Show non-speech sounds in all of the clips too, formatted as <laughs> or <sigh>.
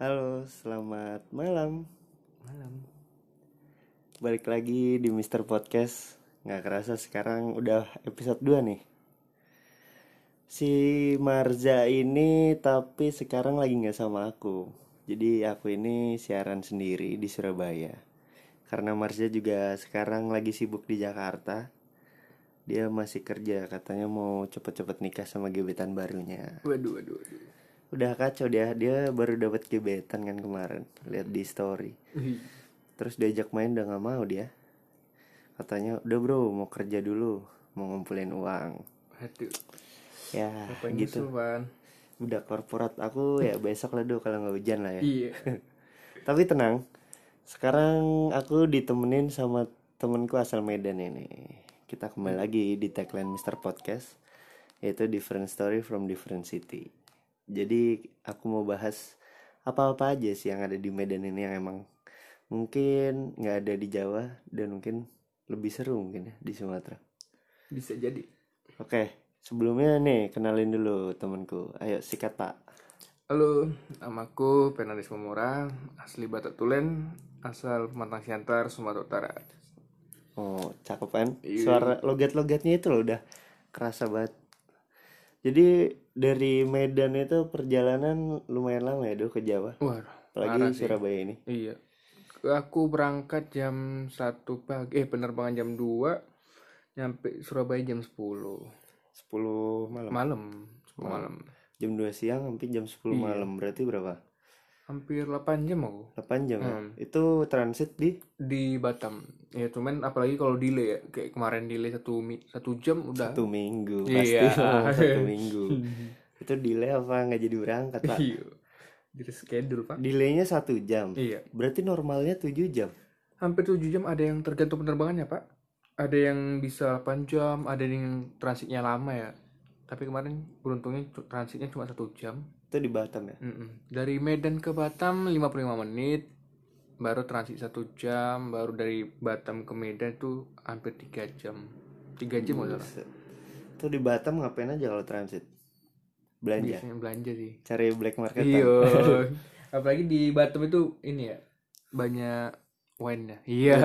Halo, selamat malam. malam Balik lagi di Mister Podcast. Nggak kerasa sekarang udah episode 2 nih. Si Marza ini tapi sekarang lagi nggak sama aku. Jadi aku ini siaran sendiri di Surabaya. Karena Marza juga sekarang lagi sibuk di Jakarta. Dia masih kerja, katanya mau cepet-cepet nikah sama gebetan barunya. waduh waduh waduh udah kacau dia dia baru dapat gebetan kan kemarin lihat di story Ih, terus diajak main udah nggak mau dia katanya udah bro mau kerja dulu mau ngumpulin uang aduh ya apa yang gitu musuhan? udah korporat aku ya besok lah do kalau nggak hujan lah ya iya tapi tenang sekarang aku ditemenin sama temenku asal Medan ini kita kembali lagi di tagline Mister Podcast yaitu different story from different city jadi aku mau bahas apa-apa aja sih yang ada di Medan ini yang emang mungkin nggak ada di Jawa dan mungkin lebih seru mungkin ya di Sumatera bisa jadi oke sebelumnya nih kenalin dulu temenku ayo sikat pak halo namaku Penaris Memura asli Batatulen asal Pematang Siantar Sumatera Utara Oh, cakep kan? Iya. Suara logat-logatnya itu loh udah kerasa banget. Jadi dari Medan itu perjalanan lumayan lama ya do ke Jawa, waduh apalagi parah sih. Surabaya ini. iya aku berangkat jam 1 pagi eh penerbangan jam 2 nyampe Surabaya jam 10 10 malam. malam 10 malam Jam 2 siang sampai jam 10 Iya. malam. Berarti berapa? hampir 8 jam aku 8 jam ya? Hmm. Itu transit di di Batam ya cuman apalagi kalau delay ya kayak kemarin delay satu mi- satu jam udah satu minggu <laughs> Iya. pasti lah, satu minggu. itu delay apa nggak jadi berangkat, Pak? iya di reschedule pak Delaynya satu jam. iya Berarti normalnya 7 jam. hampir 7 jam ada yang tergantung penerbangannya pak ada yang bisa 8 jam ada yang transitnya lama ya tapi kemarin beruntungnya cu- transitnya cuma satu jam Itu di Batam ya? Mm-mm. dari Medan ke Batam 55 menit baru transit satu jam baru dari Batam ke Medan itu hampir tiga jam tiga jam kalau nggak salah. Buset. Itu di Batam ngapain aja kalau transit? Belanja, biasanya belanja sih cari black market. Iya. <laughs> Apalagi di Batam itu ini ya banyak wine-nya. Iya,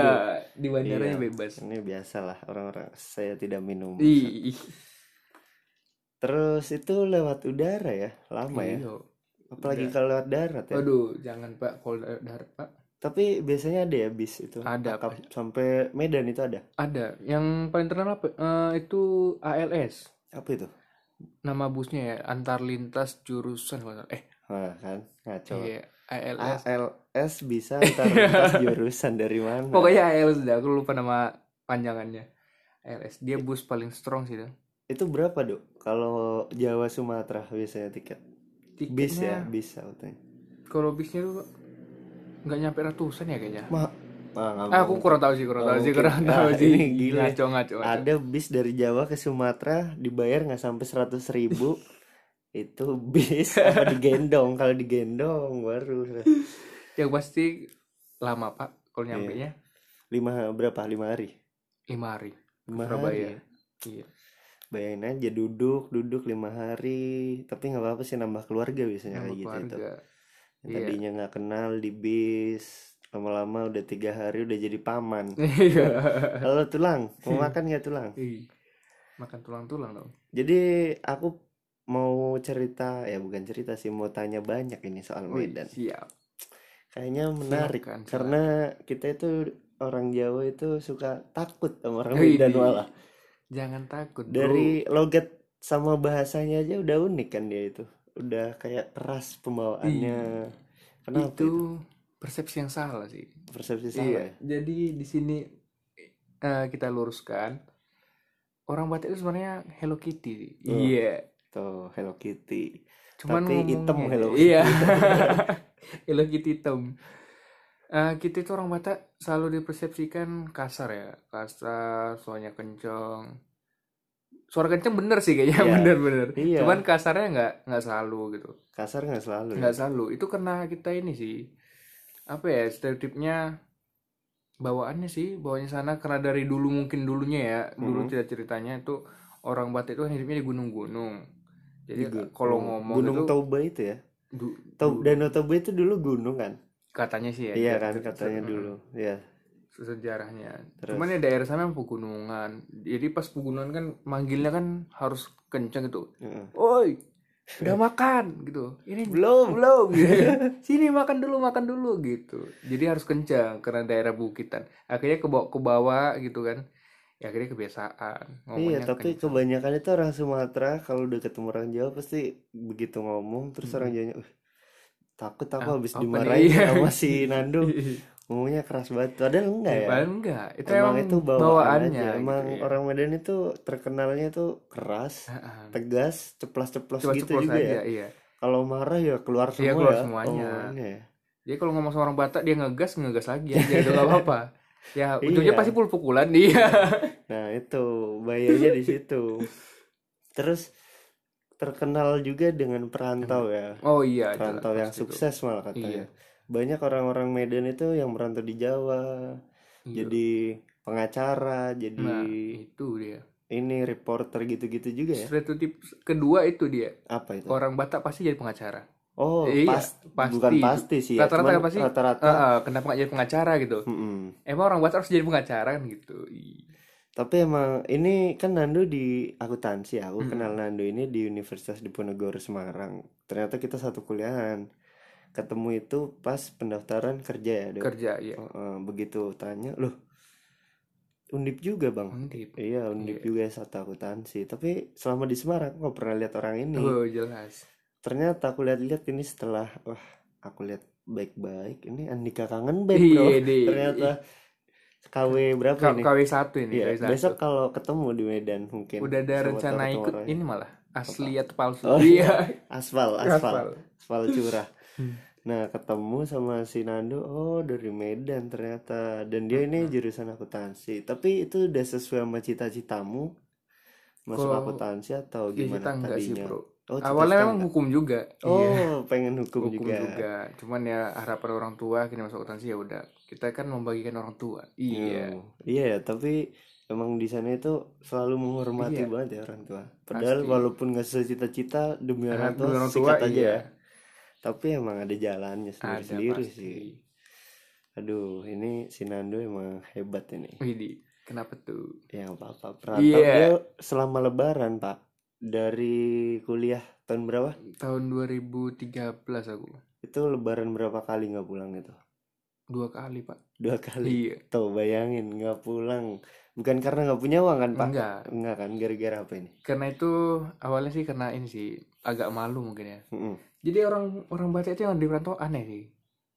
di bandaranya Iya. bebas. Ini biasalah orang-orang saya tidak minum. Ih, Terus itu lewat udara ya, lama ya. iya. Apalagi kalau lewat darat ya. Aduh, jangan Pak kalau da- darat Pak. Tapi biasanya ada ya bis itu. Ada, Akap sampai Medan itu ada. Ada yang paling terkenal apa? Eh, itu ALS. Apa itu? Nama busnya ya antar lintas jurusan kalau nggak salah. Eh, Nah, kan ngaco. iya, Ah, ALS. ALS bisa <laughs> antar lintas jurusan dari mana? Pokoknya ALS dah, aku lupa nama panjangannya. ALS. Dia bus paling strong sih dah. itu berapa, Dok? Kalau Jawa Sumatera biasanya tiket. Bis ya, Tiketnya- bis auto-nya. Kalau bisnya tuh nggak nyampe ratusan ya kayaknya. Ma, ah, nggak Ah, aku mungkin. kurang tahu sih, kurang Nggak tahu sih, mungkin. kurang tahu Ah, sih. ini gila. Ngaco, ngaco, ngaco. ada bis dari Jawa ke Sumatera dibayar nggak sampai seratus <laughs> ribu itu bis apa digendong kalau digendong baru Yang pasti lama pak, Iya. kalau nyampe nya lima berapa lima hari lima hari. ke lima Surabaya. hari ya? Iya. bayangin aja duduk duduk lima hari tapi nggak apa-apa sih nambah keluarga biasanya Nama kayak gitu itu keluarga. Yang Iya. tadinya nggak kenal di bis lama-lama udah tiga hari udah jadi paman <laughs> Iya. halo tulang <laughs> mau makan nggak tulang Ih, Makan tulang-tulang dong. jadi aku mau cerita ya bukan cerita sih mau tanya banyak ini soal Wih, Medan Siap. kayaknya Iya, menarik Silakan, silakan. karena kita itu orang Jawa itu suka takut sama orang Wih, Medan di- malah Jangan takut bro. dari logat sama bahasanya aja udah unik kan dia itu udah kayak keras pembawaannya kenapa Iya. itu itu, persepsi yang salah sih. persepsi salah Iya. ya Jadi di sini eh, kita luruskan. Orang Batak itu sebenarnya Hello Kitty. sih. Oh. Iya. tuh Hello Kitty Cuman Tapi ngomongnya- hitam Hello Kitty. Iya. <laughs> Hello Kitty hitam. Eh, kita itu orang Batak selalu dipersepsikan kasar ya, kasar, suaranya kencang. Suara kencang <laughs> bener sih kayaknya, Iya. bener-bener. Iya. Cuman kasarnya nggak nggak selalu gitu, kasar nggak selalu ya? nggak selalu. Itu karena kita ini sih apa ya stereotipnya bawaannya sih, bawaannya sana karena dari dulu mungkin dulunya ya, dulu Mhm. cerita ceritanya itu orang Batak itu hidupnya di gunung-gunung. Jadi Di gu- Iya, hmm. kalau ngomong Gunung itu Toba itu ya Du- Tob- du- Danau Toba itu dulu gunung kan? katanya sih ya. Iya dia- kan se- se- katanya mm, dulu. Iya. Sejarahnya. Terus? Cuman ya daerah sana emang pegunungan. Jadi pas pegunungan kan manggilnya kan harus kenceng gitu. Heeh. Oi, udah makan gitu. Iya. Ini Belum. <laughs> Iya. belum gitu. sini makan dulu makan dulu gitu jadi harus kencang karena daerah bukitan akhirnya ke bawah ke bawah gitu kan ya akhirnya kebiasaan Iya, ngomongnya tapi kencang. kebanyakan itu orang Sumatera kalau udah ketemu orang Jawa pasti begitu ngomong terus orang Jawanya "Uh, takut aku Ah, habis apa nih? dimarahin Iya. sama <laughs> si Nando. Ngomongnya keras banget. Padahal enggak ya. Padahal Iya, enggak itu emang emang itu bawaan, bawaannya aja. gitu Emang ya. orang Medan itu terkenalnya tuh keras, Ha-ha. tegas, ceplas-ceplos coba gitu ceplos juga aja ya. iya Kalau marah ya keluar semua Iya, keluar ya. semuanya. omongannya ya. jadi kalau ngomong sama orang Batak dia ngegas ngegas lagi aja itu <laughs> nggak apa-apa ya ujungnya Iya. pasti pukul-pukulan <laughs> dia Nah, itu bahayanya di <laughs> situ. Terus terkenal juga dengan perantau ya. oh iya itu Perantau lah, yang pasti itu. sukses malah katanya. Iya. Banyak orang-orang Medan itu yang merantau di Jawa, Iya. jadi pengacara, jadi nah itu dia ini reporter gitu-gitu juga ya. stereotip kedua itu dia Apa itu? orang Batak pasti jadi pengacara Oh, Iya, pas- pasti. bukan pasti sih ya, Rata-rata cuman pasti, rata-rata. Ah, ah, kenapa nggak jadi pengacara gitu Mm-mm. emang orang Batak harus jadi pengacara kan gitu Ih. Tapi emang ini kan Nando di akuntansi ya. Aku kenal Nando ini di Universitas Diponegoro Semarang. Ternyata kita satu kuliahan. Ketemu itu pas pendaftaran kerja ya, Dok. kerja ya Heeh, begitu tanya, "Loh, Undip juga, Bang?" Undip Iya, Undip Iya. juga satu akuntansi. Tapi selama di Semarang nggak pernah lihat orang ini. oh jelas Ternyata aku lihat-lihat ini setelah wah, aku lihat baik-baik ini Andika Kangen Band, Bro. iya di Ternyata KW berapa ini? KW satu ini Iya, KW satu besok kalau ketemu di Medan mungkin. udah ada Siapa tahu rencana ketemu ikut orangnya. ini malah asli atau palsu Oh, <laughs> iya Aspal, aspal, aspal aspal curah. Hmm. Nah, ketemu sama si Nando, oh dari Medan ternyata. Dan dia Hmm. ini jurusan akuntansi. Tapi itu udah sesuai sama cita-citamu masuk Kalau- akuntansi atau Iya, gimana kita enggak sih tadinya? bro Oh, cita-cita awalnya memang enggak? hukum juga Oh, Iya, pengen hukum, hukum juga. juga. cuman ya harapan orang tua kini masuk akuntansi ya udah kita kan membagikan orang tua iya Hmm. Iya, ya, tapi emang di sana itu selalu menghormati Iya. banget ya orang tua. Padahal Pasti. Ah, walaupun nggak sesuai cita-cita demi orang tua, Demi sikat aja iya. ya. tapi emang ada jalannya ada sendiri-sendiri pasti. sih aduh ini si Nando emang hebat ini Widih, kenapa tuh? ya nggak apa-apa perantau Iya. dia selama lebaran pak dari kuliah tahun berapa Tahun 2013 aku itu lebaran berapa kali nggak pulang itu dua kali pak. dua kali Iya. tuh bayangin nggak pulang bukan karena nggak punya uang kan pak Enggak. enggak kan gara-gara apa ini Karena itu awalnya sih karena ini sih agak malu mungkin ya. Mm-mm. Jadi orang orang Batak itu yang di perantau aneh sih.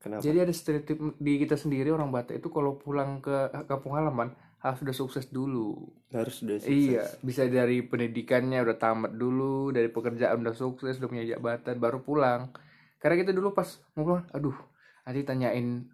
kenapa Jadi ada stereotip di kita sendiri orang Batak itu kalau pulang ke kampung halaman harus udah sukses dulu. harus udah sukses Iya, bisa dari pendidikannya udah tamat dulu, dari pekerjaan udah sukses, udah punya jabatan, baru pulang. Karena kita dulu pas mau pulang, aduh, nanti tanyain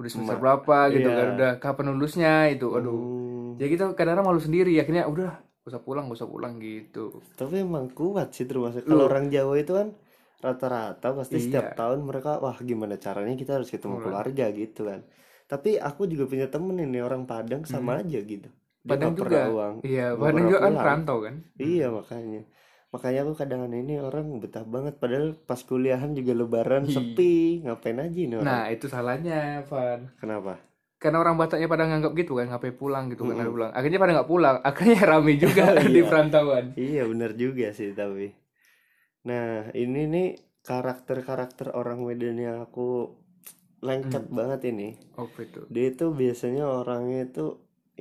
udah Emak. semester berapa gitu Iya. kan, udah kapan lulusnya itu, aduh. Hmm, Jadi kita kadang-kadang malu sendiri, akhirnya udah gak usah pulang, gak usah pulang gitu. tapi emang kuat sih termasuk kalau Loh. orang Jawa itu kan rata-rata pasti setiap Iya. tahun mereka wah gimana caranya kita harus ketemu keluarga gitu kan tapi aku juga punya temen ini orang Padang sama aja gitu dia Hmm. Padang nggak pernah juga. uang Iya, nggak Padang pernah juga kan pulang. perantau kan. iya makanya makanya aku kadang ini orang betah banget padahal pas kuliahan juga lebaran Hi. sepi ngapain aja ini orang Iya. Nah, itu salahnya, Van. kenapa karena orang Bataknya pada nganggap gitu kan ngapain pulang gitu kan Mm-mm. ngapain pulang akhirnya pada nggak pulang <laughs> akhirnya rame juga Oh, <laughs> di iya. perantauan Iya bener juga sih tapi Nah ini nih karakter-karakter orang Medan yang aku lengket banget ini oh itu Dia itu biasanya orangnya itu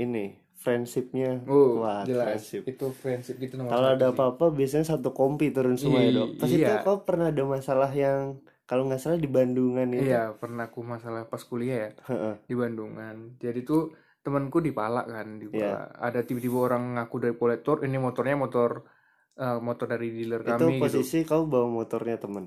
ini friendshipnya oh kuat jelas friendship itu friendship gitu itu nomor Kalau satu ada sih. apa-apa biasanya satu kompi turun semua ya dok Pas itu Iya. kau pernah ada masalah yang kalau nggak salah di Bandungan itu iya pernah aku masalah pas kuliah ya Heeh. di Bandungan jadi tuh temanku di Palak kan di Palak Iya. ada tiba-tiba orang ngaku dari kolektor ini motornya motor eh, motor dari dealer Itu kami gitu posisi kau bawa motornya temen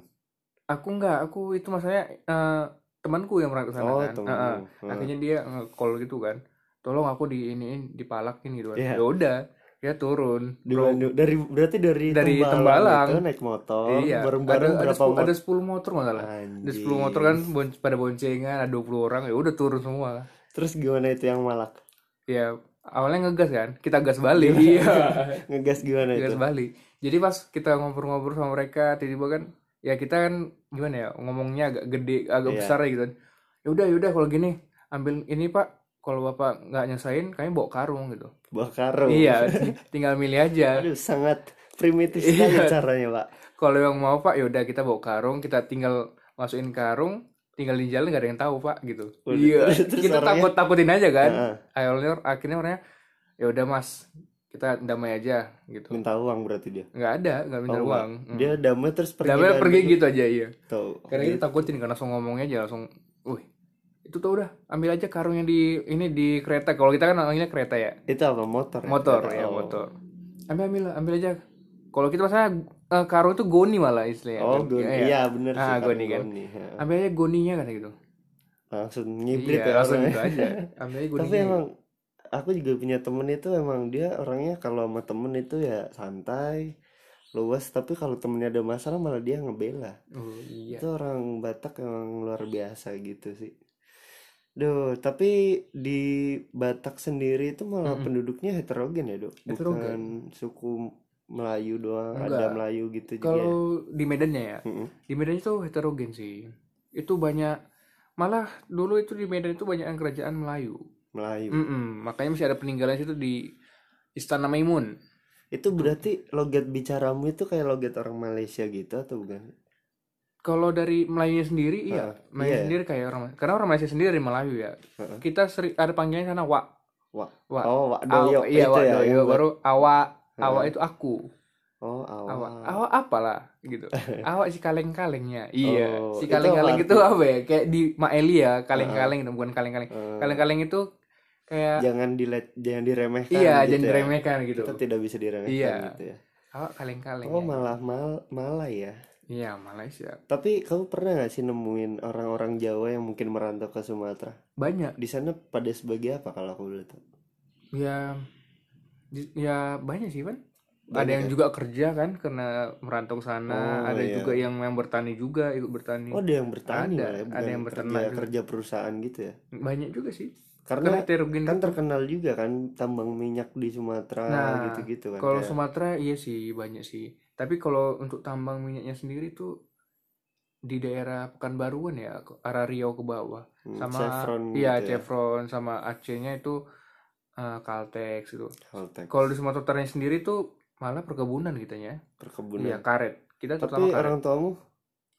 aku nggak aku itu masalahnya eh, temanku yang berangkat ke sana Oh kan temen Heeh. Heeh. akhirnya dia nge-call gitu kan tolong aku di iniin dipalakin gitu kan Iya. ya udah dia turun Di Bro, Bandung- dari berarti dari, Dari Tembalang. itu naik motor iya ada bareng-bareng ada, berapa 10, motor ada 10 motor nggak salah ada 10 motor kan bon- pada boncengan ada 20 orang ya udah turun semua Terus gimana itu yang malak? ya awalnya ngegas kan kita gas balik iya <laughs> Ngegas gimana <laughs> itu? gas balik jadi pas kita ngobrol-ngobrol sama mereka tiba-tiba kan ya kita kan gimana ya ngomongnya agak gede agak Iya. besar ya gitu kan ya udah ya udah kalau gini ambil ini pak kalau bapak nggak nyesain kami bawa karung gitu Buah karung. <laughs> iya ting- tinggal milih aja Aduh, sangat primitif sekali Iya. caranya, Pak. kalau yang mau pak ya udah kita bawa karung kita tinggal masukin karung tinggal di jalan nggak ada yang tahu pak gitu Waduh, iya terus- <laughs> terus kita orangnya- takut takutin aja kan Heeh, akhirnya akhirnya orangnya ya udah mas kita damai aja gitu minta uang berarti dia. nggak ada nggak minta Oh, uang Mm. Dia damai terus pergi. Oh, damai dan- pergi gitu aja iya Tuh. karena kita takutin kan langsung ngomongnya aja langsung wih itu tuh udah ambil aja karung yang di ini di kereta kalau kita kan namanya kereta ya Itu apa motor? ya? motor Atau- ya motor ambil ambil ambil aja kalau kita masalah eh, karung itu goni malah istilahnya Oh, kan. goni. Iya, bener sih. Ah, goni karung kan. goni, ya. ambil aja goninya kata gitu Langsung ngibrit iya ya langsung orangnya. gitu aja ambil aja Tapi goninya emang aku juga punya temen itu emang dia orangnya kalau sama temen itu ya santai, luas. Tapi kalau temennya ada masalah malah dia ngebela. oh, iya Itu orang Batak emang luar biasa gitu sih. Duh, tapi di Batak sendiri itu malah Mm-mm. penduduknya heterogen ya, Dok. Bukan Heterogen. suku Melayu doang, ada Enggak. Melayu gitu juga. ya. kalau di Medannya ya Mm-mm. di Medan itu heterogen sih itu banyak malah dulu itu di Medan itu banyak yang kerajaan Melayu Melayu. Mm. Mm-mm, makanya masih ada peninggalan situ di Istana Maimun Itu berarti logat bicaramu itu kayak logat orang Malaysia gitu atau bukan? kalau dari Melayunya sendiri iya Heeh, Melayu iya. sendiri kayak orang karena orang Malaysia sendiri dari Melayu ya Heeh. kita sering ada panggilan sana wa Wa. wa Oh, Wak Aw- Doyok iya itu wa ya. doyo yang buat- baru awa Heeh. awa itu aku Oh, awak. awa awa apalah <laughs> gitu awa si kaleng kalengnya iya Oh, si itu Ah. kaleng kaleng apa itu artinya? apa ya kayak di Maeli ya kaleng kaleng itu bukan kaleng kaleng Eh, kaleng kaleng itu kayak jangan dile- jangan diremehkan gitu iya jangan ya. diremehkan gitu Kita tidak bisa diremehkan Iya. gitu ya. awa kaleng kaleng Oh, malah mal malah ya. iya Malaysia Tapi kamu pernah gak sih nemuin orang-orang Jawa yang mungkin merantau ke Sumatera? banyak Di sana pada sebagai apa kalau aku boleh tahu? Ya, di- ya banyak sih kan. Banyak ada yang ya? juga kerja kan karena merantau ke sana. Oh, ada iya. juga yang yang bertani juga ikut bertani. Oh, ada yang bertani Ada, malah ya, ada bukan yang kerja, berternak juga. kerja perusahaan gitu ya. banyak juga sih. Karena Karena heterogen kan gitu. terkenal juga kan tambang minyak di Sumatera Nah, gitu-gitu kan. Kalau kayak- Sumatera iya sih banyak sih. Tapi kalau untuk tambang minyaknya sendiri tuh di daerah Pekanbaruan ya, ke- arah Riau ke bawah. Hmm, Sama Chevron iya gitu ya. Chevron sama Aceh-nya itu eh, Caltex itu. Caltex, Kalau di Sumatera Utara sendiri tuh malah perkebunan kitanya. perkebunan. Iya, karet. Kita Tapi terutama karet. orang oh. tuamu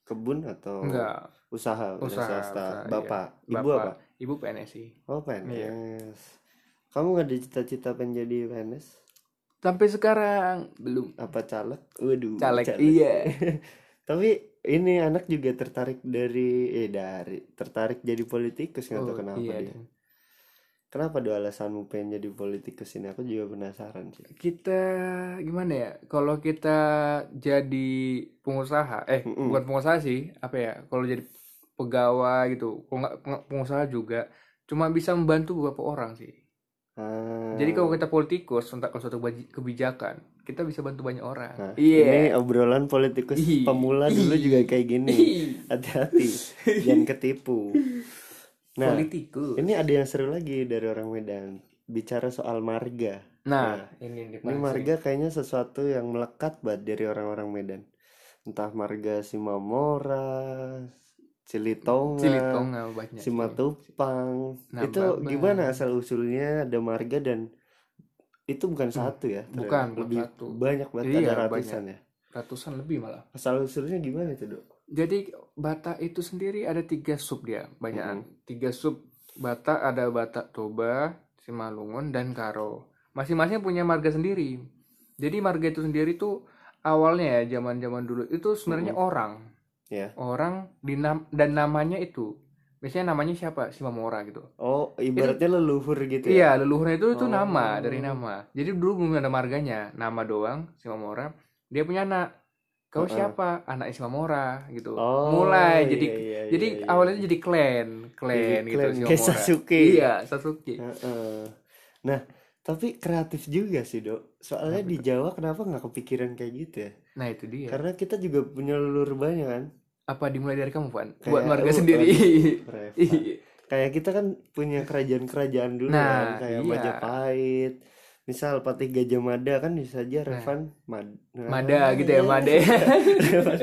kebun atau Enggak, usaha, udah Usaha, swasta. usaha, iya. Bapak, ibu Bapak. Iya. apa? ibu PNS sih. Oh, PNS. Kamu nggak ada cita-cita pengen jadi PNS? Sampai sekarang belum Apa caleg? Waduh, caleg. Iya. <laughs> Tapi ini anak juga tertarik dari eh dari tertarik jadi politikus nggak tahu Oh, kenapa iya, dia. Dan. Kenapa do alasanmu pengen jadi politikus ini? Aku juga penasaran sih. Kita gimana ya? Kalau kita jadi pengusaha, eh Mm-mm. bukan pengusaha sih, apa ya? Kalau jadi pegawai gitu, kalau nggak peng- pengusaha juga, cuma bisa membantu beberapa orang sih. Ah. Jadi kalau kita politikus tentang suatu baji- kebijakan, kita bisa bantu banyak Nah, orang. Iya. Ini obrolan politikus Ih. pemula dulu Ih. juga kayak gini. Iya. Hati-hati, jangan <laughs> ketipu. Nah, Politikus. ini ada yang seru lagi dari orang Medan. Bicara soal marga. Nah, ini yang Ini dipaling sering. marga kayaknya sesuatu yang melekat banget dari orang-orang Medan. Entah marga Simamora, Cilitonga, Cilitonga iya. banyak. sih. Simatupang. Nah, Nah, itu Babang. gimana asal usulnya ada marga dan itu bukan satu ya? ternyata. Hmm, bukan, bukan lebih satu. banyak banget Iya, ada banyak. ratusan ya. Ratusan lebih malah. Asal usulnya gimana itu, Dok? Jadi Batak itu sendiri ada tiga sub dia, banyak. Tiga sub Batak ada Batak Toba, Simalungun dan Karo. Masing-masing punya marga sendiri. Jadi marga itu sendiri tuh awalnya ya zaman-zaman dulu itu sebenarnya orang. Iya. Orang dinam dan namanya itu. Misalnya namanya siapa? Simamora gitu. Oh, ibaratnya leluhur gitu ya. Iya, leluhurnya itu itu Oh. nama dari nama. Jadi dulu belum ada marganya, nama doang si Mamora. Dia punya anak. Kau Heeh. siapa? Anak si Mamora gitu. Oh, Mulai iya, jadi iya, jadi iya, iya. awalnya jadi klan, klan Jadi gitu klan, si kayak Mamora. Sasuke. Iya, Sasuke. Heeh. Nah, tapi kreatif juga sih, Dok. Soalnya di Jawa kenapa nggak kepikiran kayak gitu ya? Nah, itu dia. Karena kita juga punya leluhur banyak kan. Apa dimulai dari kamu, Puan? Kayak- Buat marga oh, sendiri. <laughs> Reva. Kayak kita kan punya kerajaan-kerajaan dulu kan, Iya. Nah, kayak iya. Majapahit. Misal Patih Gajah Nah. Mada kan bisa aja Revan Mad- Mada gitu ya, Mada. <laughs> Revan.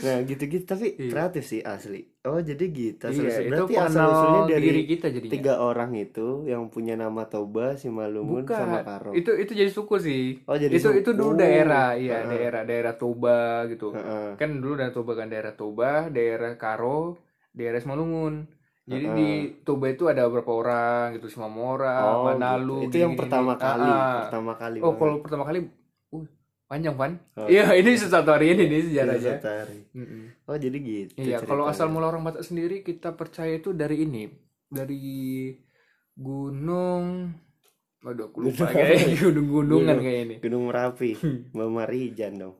Nah gitu-gitu tapi Iya. kreatif sih asli. Oh jadi gitu. Iya, asal-usul. itu Berarti asal usulnya pengenal dari diri kita jadinya. tiga orang itu yang punya nama Toba, Simalungun, Bukan. sama Karo. Itu itu jadi suku sih. Oh jadi itu itu dulu suku. daerah, iya, Heeh. daerah daerah Toba gitu. Oh, Heeh. Kan dulu daerah Toba kan daerah Toba, daerah Karo, daerah Simalungun. Jadi Heeh. di Toba itu ada berapa orang gitu, Simamora, Oh, Manalu. gitu. Itu yang gini-gini. pertama kali, Ah, ah. pertama kali Oh, banget. kalau pertama kali uh, panjang pan. Iya. Oh, Iya, ini sesuatu hari ini nih Iya, sejarahnya. Satari. Mm-mm. Oh jadi gitu. Iya, ceritanya. kalau asal mula orang Batak sendiri kita percaya itu dari ini, dari gunung, waduh aku lupa Gunung kayaknya <laughs> apa? gunung-gunungan Gunung. kayak ini. Gunung <laughs> Merapi, Hmm. Mbak Marijan dong.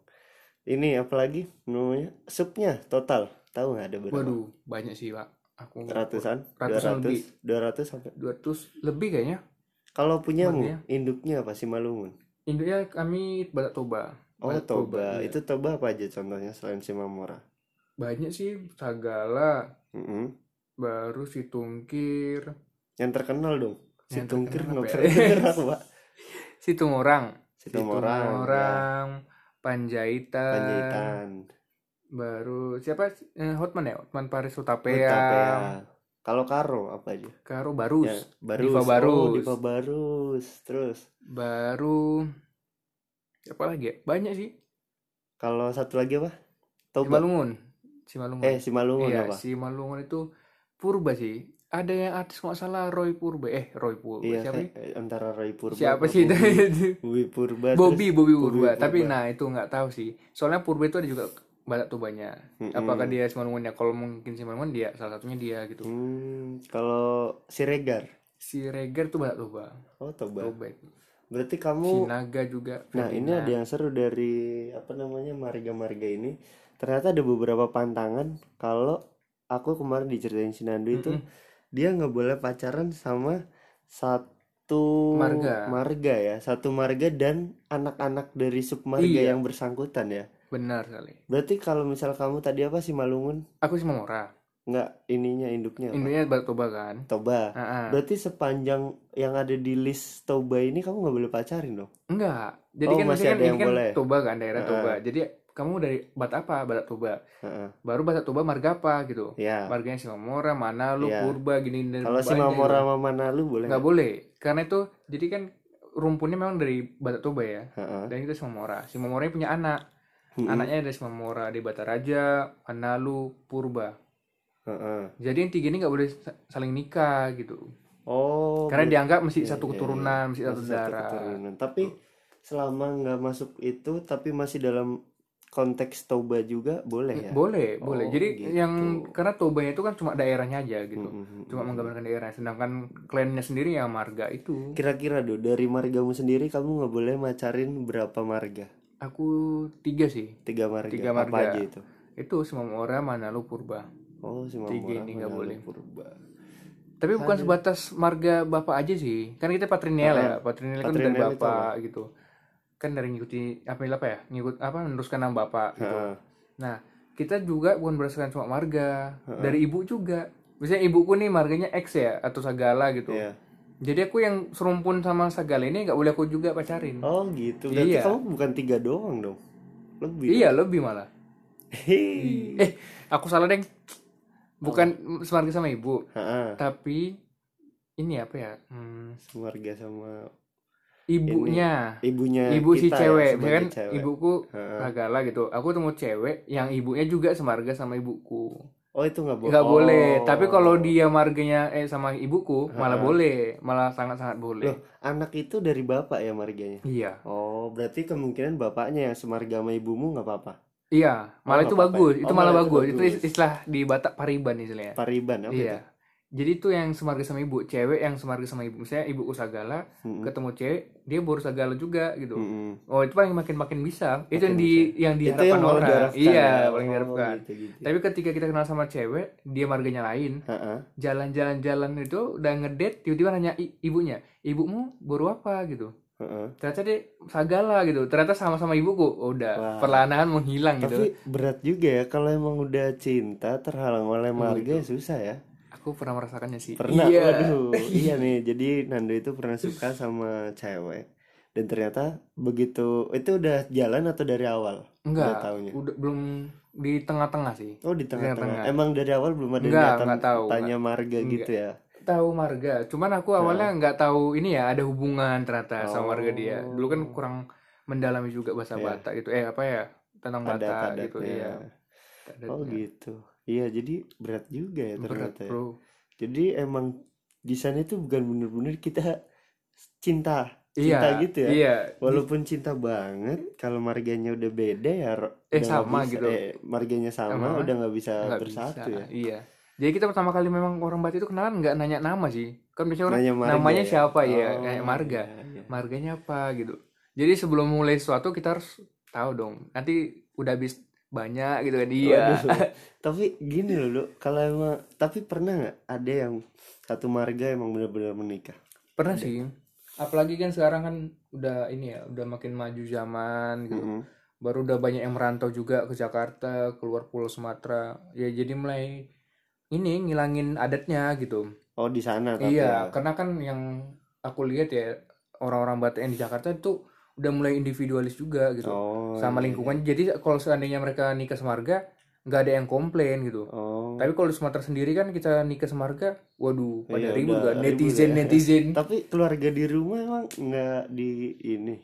Ini apalagi namanya supnya total tahu nggak ada berapa? Waduh, banyak sih pak. Aku Ratusan, Ratusan lebih. dua ratus sampai. 200 lebih kayaknya. Kalau punyamu Sebenarnya. induknya apa Simalungun? Induknya kami Batak Toba. Oh Batak Toba, iya. itu Toba apa aja contohnya selain Simamura? banyak sih Sagala, Mm-mm. baru si Tungkir, Yang terkenal dong. Si Yang Tungkir terkenal apa nggak ya? pernah gerak, <laughs> Pak. si Tungorang, Si Tomorang, ya. Tungorang, Panjaitan, Panjaitan, baru siapa Eh, Hotman ya Hotman Paris Utapea, Utapea. Kalau Karo apa aja? Karo Barus Ya, Barus. Diva Oh, Barus. Diva Barus. Terus baru siapa lagi ya? banyak sih kalau satu lagi apa? Toba. Simalungun Simalungun Eh, Simalungun iya apa? Simalungun itu Purba sih ada yang artis nggak salah Roy Purba eh Roy Purba Iya, siapa kayak- eh, antara Roy Purba. siapa sama sih Bobby. itu <laughs> Bobby Purba. terus- Bobby Bobby Bobby Purba tapi Purba. nah itu nggak tahu sih soalnya Purba itu ada juga Batak Tobanya Mm-mm. apakah dia Simalungun ya kalau mungkin Simalungun dia salah satunya dia gitu Hmm, kalau Siregar. si Reger tuh Batak Toba Oh, Toba. Toba itu Berarti kamu Sinaga juga Nah, ini Ferdinand. ada yang seru dari apa namanya marga-marga ini. Ternyata ada beberapa pantangan kalau aku kemarin diceritain si Nando itu dia nggak boleh pacaran sama satu Marga. marga ya, satu marga dan anak-anak dari submarga Iya. yang bersangkutan ya. benar sekali Berarti kalau misal kamu tadi apa sih Malungun? aku sih Mora Nggak ininya induknya apa? Indonesia Batak Toba kan Toba. Ah, ah. Berarti sepanjang yang ada di list Toba ini kamu nggak boleh pacarin dong. enggak jadi Oh, kan masih masih kan ada ini yang kan boleh. Toba kan daerah Ah, Toba jadi kamu dari Batak apa Batak Toba Heeh. baru Batak Toba marga apa gitu Ya. marganya Simamora mana lu Iya. Purba gini dan Kalau si banyak Mamora gitu. sama Manalu boleh nggak boleh karena itu jadi kan rumpunnya memang dari Batak Toba ya Heeh. dan itu Simamora Simamora punya anak Mm-mm. anaknya dari Simamora di Bataraja Manalu Purba Heeh. jadi yang tiga ini nggak boleh sa- saling nikah gitu Oh, karena ber- dianggap masih iya, satu iya, keturunan masih satu masih darah Oh. keturunan. Tapi selama nggak masuk itu, tapi masih dalam konteks Toba juga boleh ya. Iya, Mm, boleh Oh, boleh jadi gitu. Hmm. yang karena tobanya itu kan cuma daerahnya aja gitu Mm-mm. cuma menggambarkan daerah sedangkan klannya sendiri ya marga itu Kira-kira do dari margamu sendiri kamu nggak boleh macarin berapa marga? aku tiga sih Tiga marga. Tiga Apa marga. aja itu? itu semua orang Manalu Purba Oh, si Mamora, Tiga ini nggak Manalu, boleh. Purba. tapi Iya, bukan sebatas marga bapak aja sih kan kita patrinial ya patrinial kan dari Patrinial itu bapak gitu kan dari ngikuti apa apa ya ngikut apa meneruskan nama bapak gitu Heeh. nah kita juga bukan berdasarkan cuma marga dari ibu juga misalnya ibuku nih marganya X ya atau Sagala gitu Iya. Jadi aku yang serumpun sama Sagala ini nggak boleh aku juga pacarin. Oh, gitu. Berarti Iya. kamu bukan tiga doang dong. Lebih. Iya lebih malah. Hehehe. Eh aku salah deng. Oh. Bukan semarga sama ibu, Heeh. tapi ini apa ya? Hmm, Semarga sama ibunya, ibunya ibu si kita ya, cewek. sebagai Misalkan cewek. Eh. ibuku Heeh. Sagala gitu. Aku temu cewek yang ibunya juga semarga sama ibuku. Oh itu nggak boleh. Nggak Oh. Eh. boleh. Tapi kalau dia marganya eh sama ibuku malah boleh, malah sangat-sangat boleh. Loh, anak itu dari bapak ya marganya. Iya, Oh, berarti kemungkinan bapaknya yang semarga sama ibumu nggak apa-apa. iya. Malah nggak itu apa-apa ya? bagus. Oh, Itu malah malah itu bagus. Itu bagus. istilah di Batak Pariban istilahnya. Pariban apa Iya. itu? Jadi itu yang semarga sama ibu, cewek yang semarga sama ibu. Misalnya ibu usagala, Hmm. ketemu cewek, dia baru sagala juga gitu. Mm-mm. Oh, itu paling makin makin bisa. itu yang di yang Hmm. Itu diharapkan yang mau orang. diharapkan. iya, ya? paling Oh, diharapkan. gitu-gitu. Tapi ketika kita kenal sama cewek, dia marganya lain. Ha-ha. Jalan-jalan-jalan itu udah ngedate, tiba-tiba nanya i- ibunya, "Ibumu baru apa?" gitu. Ha-ha. Ternyata dia sagala gitu. Ternyata sama-sama ibuku. Wah. Oh, udah perlahan-lahan menghilang Tapi gitu. berat juga ya kalau emang udah cinta terhalang oleh marga ya susah ya. Aku pernah merasakannya sih. <laughs> Pernah, Oh, gitu. Iya. waduh, iya nih. Jadi Nando itu pernah suka sama cewek. dan ternyata begitu itu udah jalan atau dari awal Enggak, Udah taunya. udah belum di tengah-tengah sih. oh di tengah-tengah tengah. emang dari awal belum ada Enggak, niatan enggak tahu, tanya marga Enggak. gitu ya Tahu marga, cuman Nah. aku awalnya nggak tahu ini ya ada hubungan ternyata sama marga dia. Dulu kan Oh. kurang mendalami juga bahasa Iya. Batak gitu. Eh apa ya? Tentang Batak adat-adatnya gitu iya. Adatnya. oh gitu iya jadi berat juga ya Berat, ternyata ya. Bro. jadi emang di sana itu bukan bener-bener kita cinta Iya. cinta gitu ya Iya. Walaupun cinta banget, kalau marganya udah beda ya, ro- udah Eh, nggak sama bisa- gitu. eh, marganya sama, Sama. udah nggak bisa nggak bersatu bisa. ya. Iya. Jadi kita pertama kali memang orang Batak itu kenalan nggak nanya nama sih. Kan biasanya orang Nanya marga namanya ya. siapa ya? Oh, Kayak marga. iya, iya. Marganya apa gitu. Jadi sebelum mulai sesuatu kita harus tahu dong. Nanti udah habis banyak gitu kan iya. Waduh. <laughs> tapi gini loh, Dok. kalau emang tapi pernah nggak ada yang satu marga emang benar-benar menikah? Pernah sih. Apalagi kan sekarang kan udah ini ya, udah makin maju zaman gitu. Mm-mm. Baru udah banyak yang merantau juga ke Jakarta, keluar Pulau Sumatera. Ya jadi mulai ini ngilangin adatnya gitu. Oh, di sana tapi iya, ya. karena kan yang aku lihat ya orang-orang Batak yang di Jakarta itu udah mulai individualis juga gitu. Oh. sama iya. lingkungan. Jadi kalau seandainya mereka nikah semarga, nggak ada yang komplain gitu. Oh. Tapi kalau di Sumatera sendiri kan kita nikah semarga, waduh pada Iya, ribut udah kan ribut netizen ya. netizen. Tapi keluarga di rumah emang nggak di ini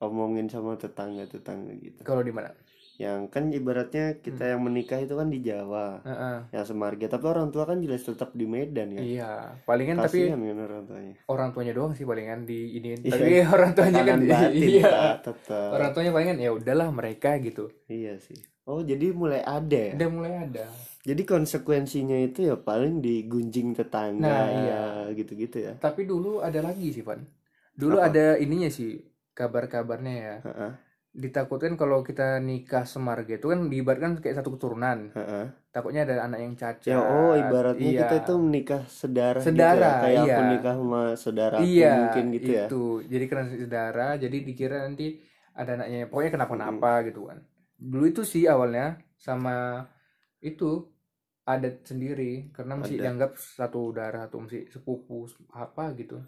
omongin sama tetangga-tetangga gitu. Kalau di mana? Yang kan ibaratnya Hmm. kita yang menikah itu kan di Jawa. Heeh. ya semarga tapi orang tua kan jelas tetap di Medan ya Iya, palingan tapi kasihan kan orang tuanya orang tuanya doang sih palingan di ini. Iya, Tapi <laughs> orang tuanya kan tekanan batin <laughs> iya. Pak, tetap Orang tuanya palingan ya udahlah mereka gitu. iya sih oh jadi mulai ada ya Udah mulai ada. jadi konsekuensinya itu ya paling digunjing tetangga Nah, iya. gitu-gitu ya Tapi dulu ada lagi sih, Van. Dulu Apa? ada ininya sih kabar-kabarnya ya. Heeh, Ditakutkan kalau kita nikah semarga itu kan diibaratkan kayak satu keturunan. heeh. Takutnya ada anak yang cacat. ya oh ibaratnya Iya. kita itu menikah sedara, Sedara, gitu ya kayak aku iya. nikah sama saudara Iya, mungkin gitu ya itu. Jadi karena saudara, jadi dikira nanti ada anaknya. Pokoknya kenapa-napa gitu kan. Dulu itu sih awalnya sama itu adat sendiri karena masih Adat. dianggap satu darah atau masih sepupu apa gitu.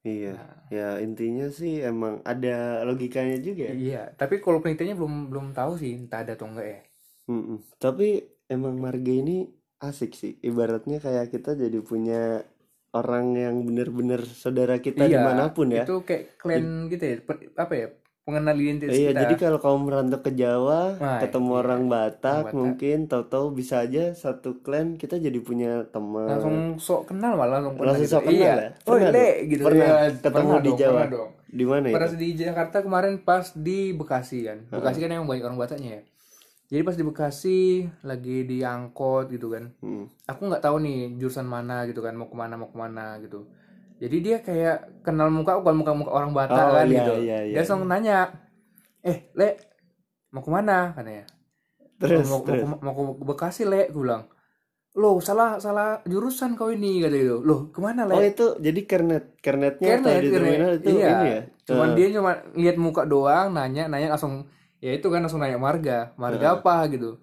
iya Nah, ya intinya sih emang ada logikanya juga ya iya, tapi kalau penelitiannya belum belum tahu sih entah ada atau enggak ya. Mm-mm. Tapi emang marga ini asik sih. Ibaratnya kayak kita jadi punya orang yang bener-bener saudara kita iya, dimanapun ya. Itu kayak clan gitu ya, per- apa ya? Pengenal identitas Iya, kita. jadi kalau kamu merantau ke Jawa, Wah, ketemu iya. orang Batak, Batak. mungkin tahu-tahu bisa aja satu klan kita jadi punya teman. langsung sok kenal malah langsung kenal Langsung gitu. sok kenal iya. ya? Oh, Pernah Le, dong? gitu. Pernah Iya, ketemu di dong, Jawa? Iya. Pernah dong. Di mana ya? Pernah itu? di Jakarta kemarin pas di Bekasi kan. Bekasi kan emang banyak orang Bataknya ya. Jadi pas di Bekasi lagi di angkot gitu kan. Mm. Aku nggak tahu nih jurusan mana gitu kan, mau kemana mau kemana gitu. Jadi dia kayak kenal muka bukan muka-muka orang Batak Oh, kan iya, gitu. iya, iya. dia langsung nanya, "Eh, Le, mau kemana?" katanya. Terus, mau, mau, terus. mau, mau ke Bekasi le gue bilang loh salah salah jurusan kau ini kata gitu loh kemana Oh, le itu jadi kernet, kernetnya Keren, atau Le, di keren. terminal itu iya. ini ya? cuman Eh, dia cuma lihat muka doang nanya nanya langsung ya itu kan langsung nanya marga Iya. marga apa gitu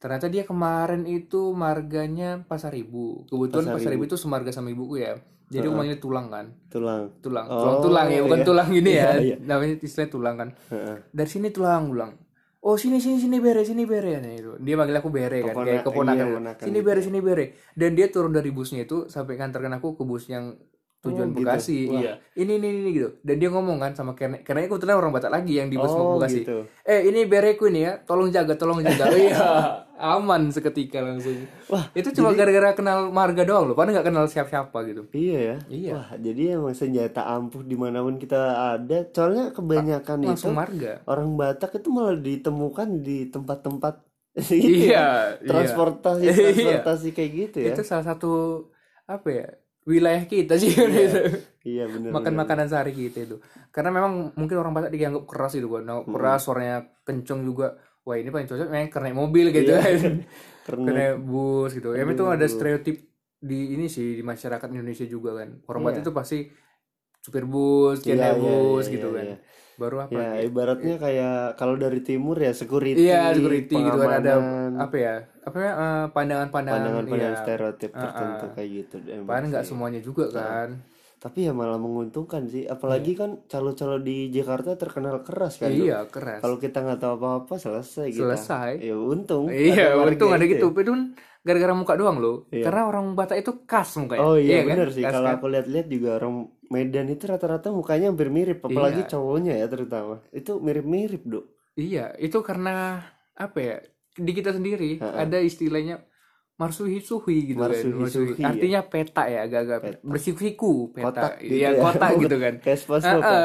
ternyata dia kemarin itu marganya pasar ibu kebetulan Pasar pasar, ibu Ibu. itu semarga sama ibuku ya jadi aku manggil tulang kan tulang. tulang Oh, tulang tulang ya bukan iya. tulang gini ya Iya, iya. namanya istilah tulang kan Heeh. dari sini tulang ulang oh sini sini sini bere sini bere Nah, gitu. dia manggil aku bere kan Kepona- kayak keponakan iya, gitu. keponakan sini gitu bere ya. sini bere dan dia turun dari busnya itu sampai nganterkan aku ke bus yang Oh, tujuan gitu. Bekasi Wah. iya ini, ini ini ini, gitu dan dia ngomong kan sama karena karena aku kebetulan orang Batak lagi yang di bus Oh, mau Bekasi gitu. eh ini bereku ini ya tolong jaga <laughs> tolong jaga iya aman seketika langsung Wah, itu cuma gara-gara kenal marga doang loh padahal nggak kenal siapa-siapa gitu Iya ya. Iya. Wah, jadi emang senjata ampuh dimanapun kita ada. Soalnya kebanyakan itu langsung marga orang Batak itu malah ditemukan di tempat-tempat <laughs> gitu ya. Transportasi <laughs> Iya. transportasi kayak gitu ya. itu salah satu apa ya wilayah kita sih <laughs> gitu. Iya benar. makan makanan sehari kita itu karena memang mungkin orang Batak dianggap keras gitu kan dianggap Hmm. keras suaranya kenceng juga wah ini paling cocok memang karena mobil gitu <laughs> Iya. kan Karena karena bus gitu ya itu ada stereotip di ini sih di masyarakat Indonesia juga kan orang Batak itu pasti supir bus, Iya, kena iya, bus iya, gitu iya, kan iya. baru apa ya gitu. ibaratnya kayak kalau dari timur ya security, Iya, security gitu kan ada pengamanan, apa ya? Apa ya? eh, pandangan-pandangan pandangan-pandangan iya. stereotip Ah, tertentu ah. kayak gitu. emang Padahal nggak sih. semuanya juga kan. tapi ya malah menguntungkan sih apalagi kan calo-calo di Jakarta terkenal keras kan Dok? iya keras kalau kita nggak tahu apa-apa selesai kita Selesai. ya untung iya warga untung ada itu gitu ya. pedun gara-gara muka doang lo Iya. karena orang Batak itu khas mukanya oh iya, kan? bener sih Khas kalau kan? aku lihat-lihat juga orang Medan itu rata-rata mukanya hampir mirip apalagi Iya. cowoknya ya terutama itu mirip-mirip dok iya itu karena apa ya di kita sendiri Ha-ha. ada istilahnya marsuhi suhi gitu Marsuhi kan marsuhi. suhi, ya. artinya peta ya agak-agak Peta. bersikuku peta Kotak gitu iya ya. <laughs> kotak gitu kan kayak SpongeBob <laughs> Ah, kan?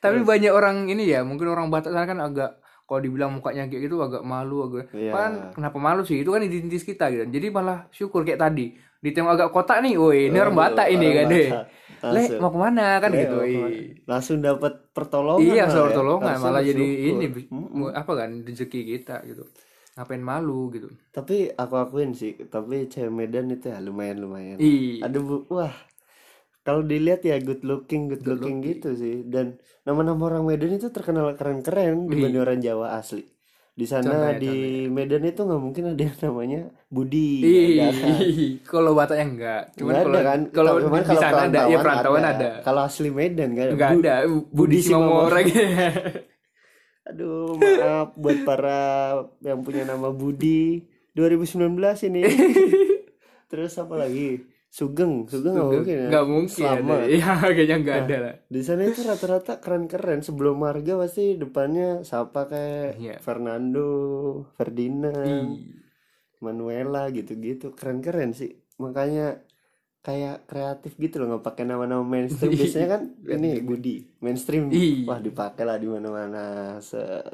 tapi banyak orang ini ya mungkin orang Batak sana kan agak kalau dibilang mukanya kayak gitu agak malu agak Iya. kan kenapa malu sih itu kan identitas kita gitu jadi malah syukur kayak tadi ditembak agak kotak nih woi ini orang Oh, Batak ini orang kan deh Batak. le Langsung. mau kemana kan Le, gitu mau woi. kemana? langsung dapat pertolongan malah iya soal ya. tolongan Harusnya malah jadi bersyukur. ini Mm-mm. apa kan rezeki kita gitu ngapain malu gitu tapi aku akuin sih tapi cewek Medan itu ya lumayan lumayan Ih. ada bu wah kalau dilihat ya good looking good, Good looking, looking. gitu sih dan nama-nama orang Medan itu terkenal keren-keren dibanding orang Jawa asli di sana Iya. Contohnya, di Medan itu nggak mungkin ada yang namanya Budi nggak ada kan. Ih, <laughs> kalau Batak yang enggak cuman Nggak kalau ada kan kalau Tapi cuman di sana ada ya perantauan ada, kalau asli Medan kan? nggak enggak Iya. Bu- ada Budi Budi <laughs> Simomora. Simomora Aduh, maaf buat para yang punya nama Budi 2019 ini. Terus apa lagi? Sugeng, Oh, Sugeng nggak mungkin ya. Nggak mungkin. Selama. <laughs> Iya, kayaknya nggak ada lah. Di sana itu rata-rata keren-keren. Sebelum marga pasti depannya siapa kayak Iya. Fernando, Ferdinand, Ih, Manuela gitu-gitu. Keren-keren sih. Makanya kayak kreatif gitu loh nggak pakai nama-nama <laughs> mainstream biasanya kan ini Budi mainstream Ih. wah dipakai lah di mana-mana set.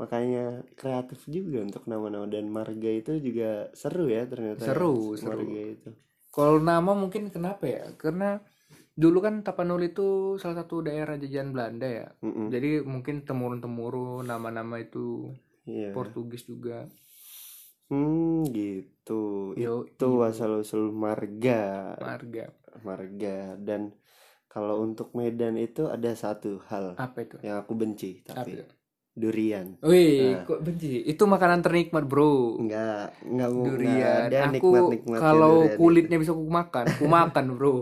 makanya kreatif juga untuk nama-nama dan marga itu juga seru ya ternyata ya, Seru, seru. marga itu Kalau nama mungkin kenapa ya? Karena dulu kan Tapanuli itu salah satu daerah jajahan Belanda ya. Mm-mm. Jadi mungkin temurun-temurun nama-nama itu Iya. Portugis juga. hmm gitu Yo, itu asal usul marga marga. marga dan kalau untuk Medan itu ada satu hal Apa itu? yang aku benci Apa tapi itu? durian Wih, Iya. Nah. kok benci? Itu makanan ternikmat, Bro. Enggak, enggak mau enggak durian ada aku nikmat-nikmatnya kalau durian kulitnya bisa aku makan aku makan bro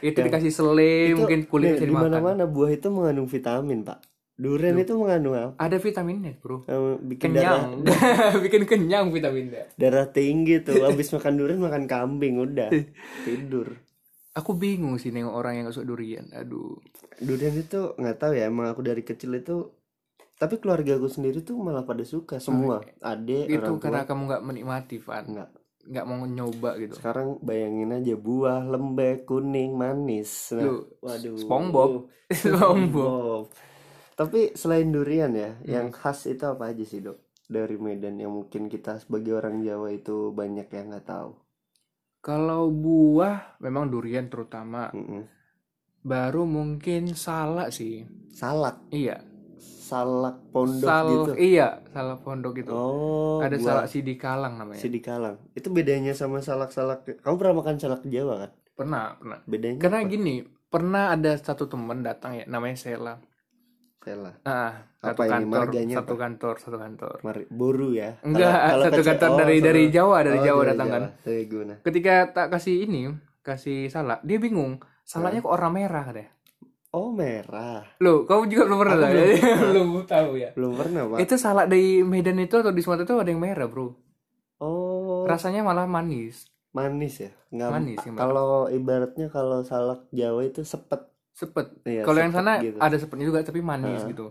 itu dikasih selai Itu, mungkin nih, kulit bisa di dimakan mana-mana buah itu mengandung vitamin, Pak. Durian itu mengandung apa? ada vitaminnya bro Eh, Bikin darah kenyang <laughs> bikin kenyang vitaminnya darah tinggi <laughs> tuh. Habis makan durian makan kambing udah. Tidur. aku bingung sih nengok orang yang gak suka durian aduh Durian itu nggak tahu ya, emang aku dari kecil itu tapi keluarga aku sendiri tuh malah pada suka semua. Adik, itu orang tua karena kamu nggak menikmati Van enggak. nggak mau nyoba gitu Sekarang bayangin aja buah lembek, kuning, manis. Nah, Loh, waduh. <laughs> SpongeBob. <laughs> lombok Iya, Bob. Tapi selain durian ya, Hmm. yang khas itu apa aja sih dok? Dari Medan yang mungkin kita sebagai orang Jawa itu banyak yang nggak tahu. kalau buah memang durian terutama Mm-mm. baru mungkin salak sih Salak, iya salak pondok sal gitu. iya salak pondok gitu Oh, ada buah salak sidikalang namanya sidikalang. Itu bedanya sama salak-salak. Kamu pernah makan salak Jawa kan? pernah pernah Bedanya? karena gini pernah ada satu temen datang ya namanya Sela Sela. ah satu Apa ini, kantor marganya satu kantor satu kantor Mari, boru ya. Kalau- enggak kalau satu kecil- kantor oh, dari satu- dari Jawa dari oh, Jawa datang kan Dari guna. ketika tak kasih ini kasih salak dia bingung salaknya Iya. kok orang merah deh Oh, merah. lo kamu juga belum pernah Aku lah ya? <laughs> belum tahu ya Belum pernah, Pak. itu salak di Medan itu atau di Sumatera itu ada yang merah bro Oh, rasanya malah manis manis ya nggak Manis yang merah. kalau ibaratnya kalau salak Jawa itu sepet sepet Iya, kalau yang sepet sana gitu. ada sepetnya juga tapi manis gitu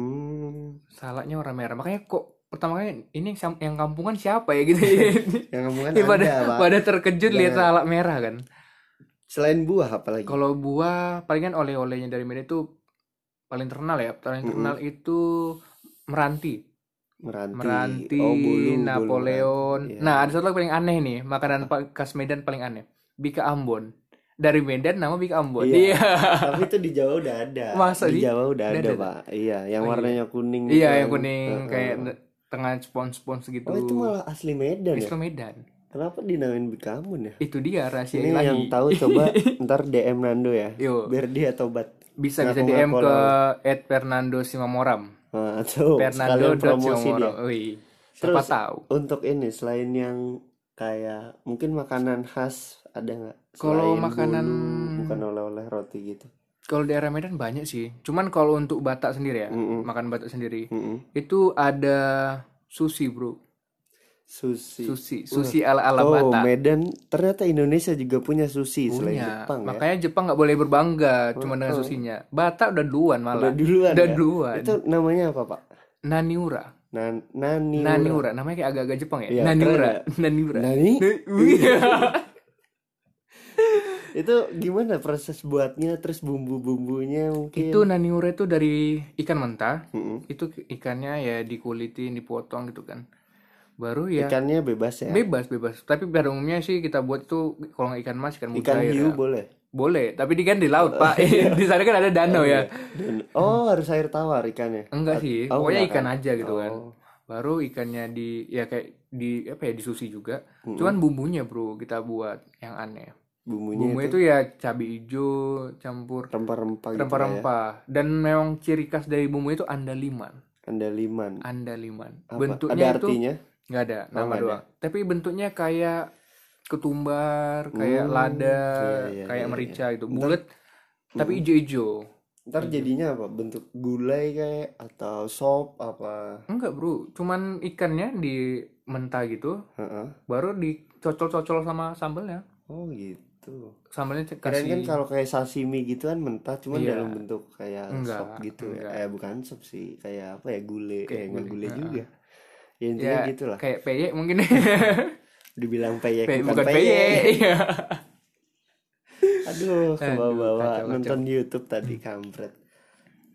hmm salaknya orang merah makanya kok pertama kali ini sam- yang kampungan siapa ya gitu <laughs> yang kamu kan Ya, pada ada pak pada terkejut lihat Jangan. salak merah kan selain buah apalagi kalau buah palingan oleh-olehnya dari Medan itu paling terkenal ya paling terkenal itu meranti meranti meranti oh bolu bolu Napoleon meranti. Iya. nah ada satu lagi paling aneh nih makanan pa- khas Medan paling aneh bika Ambon dari Medan nama bika Ambon Iya. iya tapi itu di Jawa udah ada Masa di di- Jawa udah udah ada, ada, pak iya yang Oh, iya. warnanya kuning iya gitu yang kan. kuning Heeh. kayak tengah spons-spons gitu oh itu malah asli Medan ya Islam Medan kenapa dinamain Bikamun ya itu dia rahasia ini yang ilahi tahu <laughs> coba ntar DM Nando ya Yo. biar dia tobat bisa bisa Ngaku-ngaku DM ke orang. Ed Fernando Simamoram Nah, tuh, Fernando sekalian dot promosi dia Simamoram Wih, siapa Terus, tahu untuk ini selain yang kayak mungkin makanan khas ada nggak Kalau Selain makanan- bolu, bukan oleh-oleh roti gitu Kalau daerah Medan banyak sih. Cuman kalau untuk Batak sendiri ya, Mm-mm. makan Batak sendiri. Mm-mm. Itu ada sushi, Bro. sushi Sushi, sushi ala-ala oh Batak. Medan ternyata Indonesia juga punya sushi selain Punya. Jepang ya Oh. Makanya Jepang nggak boleh berbangga cuma dengan susinya. Batak udah duluan udah malah. duluan Udah ya? duluan. itu namanya apa pak Naniura. Nan nani Naniura. Namanya kayak agak-agak Jepang ya. Iya, Naniura. keren Iya. Naniura. nani Naniura. itu gimana proses buatnya terus bumbu-bumbunya mungkin itu naniura itu dari ikan mentah. Mm-mm. Itu ikannya ya dikulitin, dipotong gitu kan. Baru ya ikannya bebas ya bebas bebas. Tapi pada umumnya sih kita buat tuh kalau nggak ikan mas ikan mujair. ikan hiu Iya. ya. boleh Boleh, tapi di kan di <laughs> laut, Pak. <laughs> di sana kan ada danau Iya. ya. Dan- oh harus air tawar ikannya Enggak sih, oh, pokoknya enggak ikan kan? aja gitu kan. Oh. Baru ikannya di ya kayak di apa ya di sushi juga. Cuman bumbunya, Bro, kita buat yang aneh. bumbunya Bumbunya itu ya cabai hijau campur rempah-rempah gitu lah ya rempah-rempah dan memang ciri khas dari bumbu itu andaliman. andaliman Andaliman. Apa? ada Bentuknya itu artinya nggak ada Oh, nama nggak ada. doang. Tapi bentuknya kayak ketumbar, kayak Hmm, lada, iya, iya, kayak iya, Hmm. merica gitu. Bulat tapi ijo-ijo. ntar jadinya apa bentuk gulai kayak atau sop apa Enggak, Bro. Cuman ikannya di mentah gitu, Heeh. baru dicocol-cocol sama sambelnya. oh gitu Sambalnya c- Keren kan kasih kalau kayak sashimi gitu kan mentah cuman Iya. dalam bentuk kayak Enggak, sop gitu ya. enggak. Eh bukan sop sih, kayak apa ya gulai, Kayak eh enggak gulai, gulai heeh. juga. Ya intinya ya gitulah. kayak peyek <laughs> mungkin. Dibilang peyek Peyek bukan, bukan peyek. peyek. Iya. <laughs> Aduh, kebawa-bawa kacau, kacau. nonton YouTube tadi kampret.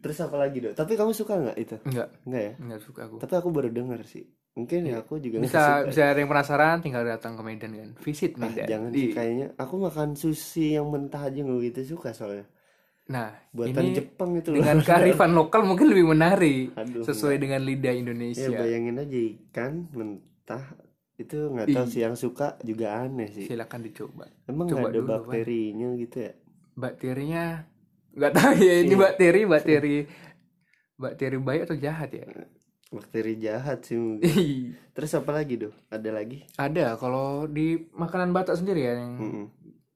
Terus apa lagi, Dok? Tapi kamu suka nggak itu? Enggak, Enggak ya? enggak suka aku. Tapi aku baru dengar sih. Mungkin ya aku juga nggak Iya. Bisa suka. bisa ada yang penasaran tinggal datang ke Medan kan. Visit Ah, Medan. jangan Di- sih kayaknya aku makan sushi yang mentah aja nggak gitu suka soalnya. Nah, Buatan ini Jepang itu loh. dengan kearifan lokal mungkin lebih menarik Aduh, sesuai dengan lidah Ya Indonesia. bayangin aja ikan mentah itu nggak tahu sih yang suka juga aneh sih. Silakan dicoba. Emang nggak Coba ada dulu, Pak. bakterinya gitu ya? Bakterinya nggak tahu ya ini Iya. bakteri bakteri bakteri baik atau jahat ya. Bakteri jahat sih mungkin. Terus apa lagi doh? Ada lagi? Ada kalau di makanan Batak sendiri ya yang Mm-mm.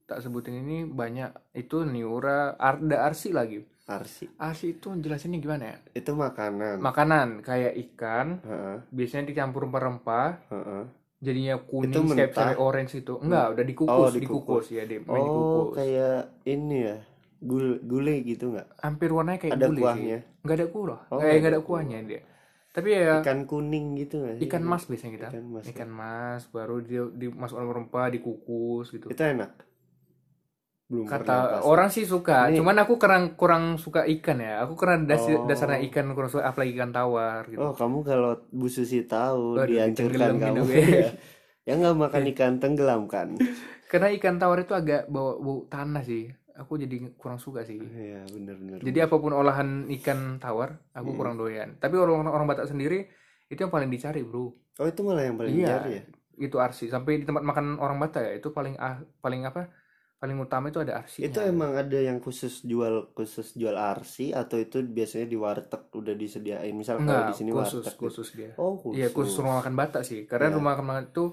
tak sebutin ini banyak itu niura ar- ada arsi lagi. Arsi. Arsi itu jelasinnya gimana ya? Itu makanan. Makanan kayak ikan Heeh, biasanya dicampur rempah-rempah heeh. jadinya Itu kuning mentah? sayap-sayap orange itu enggak udah dikukus Oh, dikukus. dikukus. ya dia main Oh dikukus kayak ini ya? Gul gulai gitu nggak? hampir warnanya kayak Ada gulai kuahnya? sih nggak ada kuah Oh, kayak nggak nggak ada ada kuahnya dia tapi ya Ikan kuning gitu nggak sih? ikan mas biasanya kita Ikan mas. kan? ya. ikan mas baru dia dimasukkan rempah dikukus gitu Itu enak. Belum pernah kata pasti. orang sih suka Ini- cuman aku kurang kurang suka ikan ya aku karena dasi- Oh. dasarnya ikan kurang suka apalagi ikan tawar gitu Oh kamu kalau Bu Susi tahu Waduh, dihancurkan ditenggelam kamu gitu ya. <laughs> Iya. ya. Ya nggak makan ikan tenggelam kan? karena ikan tawar itu agak bau bau tanah sih aku jadi kurang suka sih Iya bener-bener. jadi apapun olahan ikan tawar aku Hmm. kurang doyan tapi orang orang Batak sendiri itu yang paling dicari bro Oh itu malah yang paling Iya. dicari ya? itu arsi sampai di tempat makan orang Batak ya itu paling ah, paling apa paling utama itu ada arsinya Itu emang ada yang khusus jual khusus jual arsi atau itu biasanya di warteg udah disediain. Misal kalau di enggak sini khusus warteg. khusus dia Oh khusus. Iya khusus rumah makan Batak sih karena Iya. rumah makan Batak itu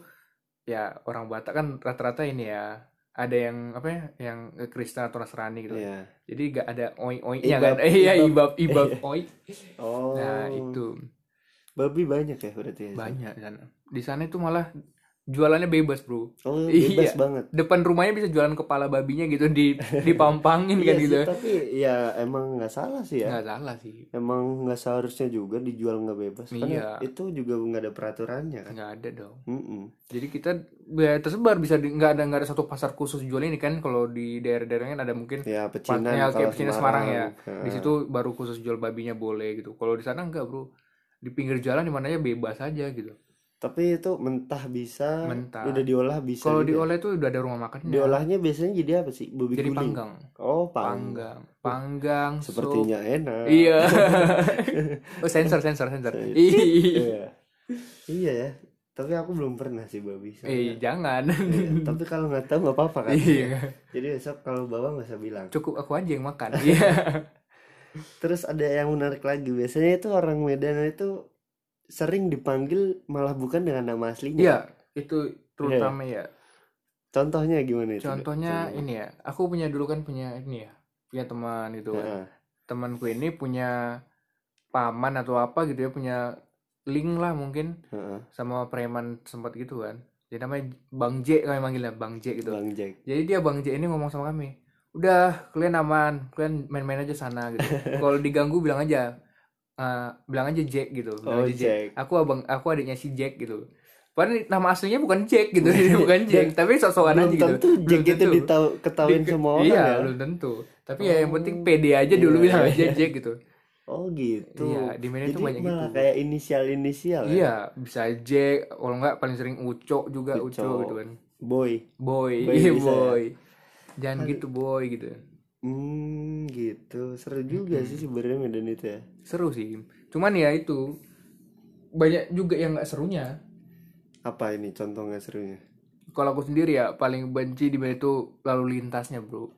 ya orang Batak kan rata-rata ini ya ada yang apa ya yang Kristen atau Nasrani gitu Iya. jadi gak ada oi oinya Ibab, kan <laughs> iya ibab. ibab ibab Iya. oi Oh. nah itu Babi banyak ya berarti. ya? banyak di sana di sana itu malah jualannya bebas bro Oh Iya. bebas banget. depan rumahnya bisa jualan kepala babinya gitu <laughs> di dipampangin Iya kan sih, gitu Nah, tapi ya emang nggak salah sih ya. nggak salah sih Emang nggak seharusnya juga dijual nggak bebas. Karena Iya. itu juga nggak ada peraturannya kan. nggak ada dong Mm-mm. Jadi kita ya, tersebar bisa di- nggak ada nggak ada satu pasar khusus jual ini kan kalau di daerah-daerah kan ada mungkin Ya pas- pecinan ya, kalau Nah, kayak Cina Semarang ya. Heeh. Di situ baru khusus jual babinya boleh gitu. Kalau di sana enggak, Bro. Di pinggir jalan di mananya bebas aja gitu. Tapi itu mentah bisa, Mentah. udah diolah bisa. Kalau juga. diolah itu udah ada rumah makannya. diolahnya biasanya jadi apa sih? Babi Jadi guling. panggang. Oh, panggang. Panggang. Panggang. sup. Sepertinya enak. Iya. oh, sensor sensor <laughs> sensor. Saya- Ih. <laughs> Iya. Iya ya. Tapi aku belum pernah sih babi. Eh, soalnya. jangan. Iya. Tapi kalau nggak tahu nggak apa-apa kan. Iya. Jadi besok kalau bawa nggak usah bilang. Cukup aku aja yang makan. Iya. Terus ada yang menarik lagi. Biasanya itu orang Medan itu sering dipanggil malah bukan dengan nama aslinya. Iya, itu terutama ya. Contohnya gimana itu? Dok? Contohnya ini ya, aku punya dulu kan punya ini ya, punya teman itu kan. Heeh. Temanku ini punya paman atau apa gitu ya, punya link lah mungkin heeh. sama preman sempat gitu kan. Jadi namanya Bang J kami manggilnya Bang J gitu. Bang Jack. Jadi dia Bang J ini ngomong sama kami, udah kalian aman, kalian main-main aja sana <laughs> gitu. Kalau diganggu bilang aja, eh, bilang aja Jack gitu. Bilang Oh, aja Jack. Aku abang, aku adiknya si Jack gitu. Padahal nama aslinya bukan Jack gitu, <laughs> bukan Jack, tapi sok-sokan aja Belum gitu. tentu Jack Belum itu tentu. ditau ketahuin Di- semua orang iya, ya. Oh, belum tentu. Tapi ya yang penting pede aja dulu Iya, bilang aja Jack gitu. Oh gitu. Iya, di media Jadi tuh banyak malah gitu. kayak inisial-inisial ya. Iya, bisa Jack, kalau enggak paling sering Ucok juga Ucok, Ucok. gitu kan. Boy. Boy, Boy iya bisa ya. boy. Jangan gitu boy gitu. Hmm, gitu. Seru juga sih sebenarnya Medan itu ya. Seru sih. Cuman ya itu banyak juga yang nggak serunya. Apa ini contoh nggak serunya? Kalau aku sendiri ya paling benci di Medan itu lalu lintasnya, Bro.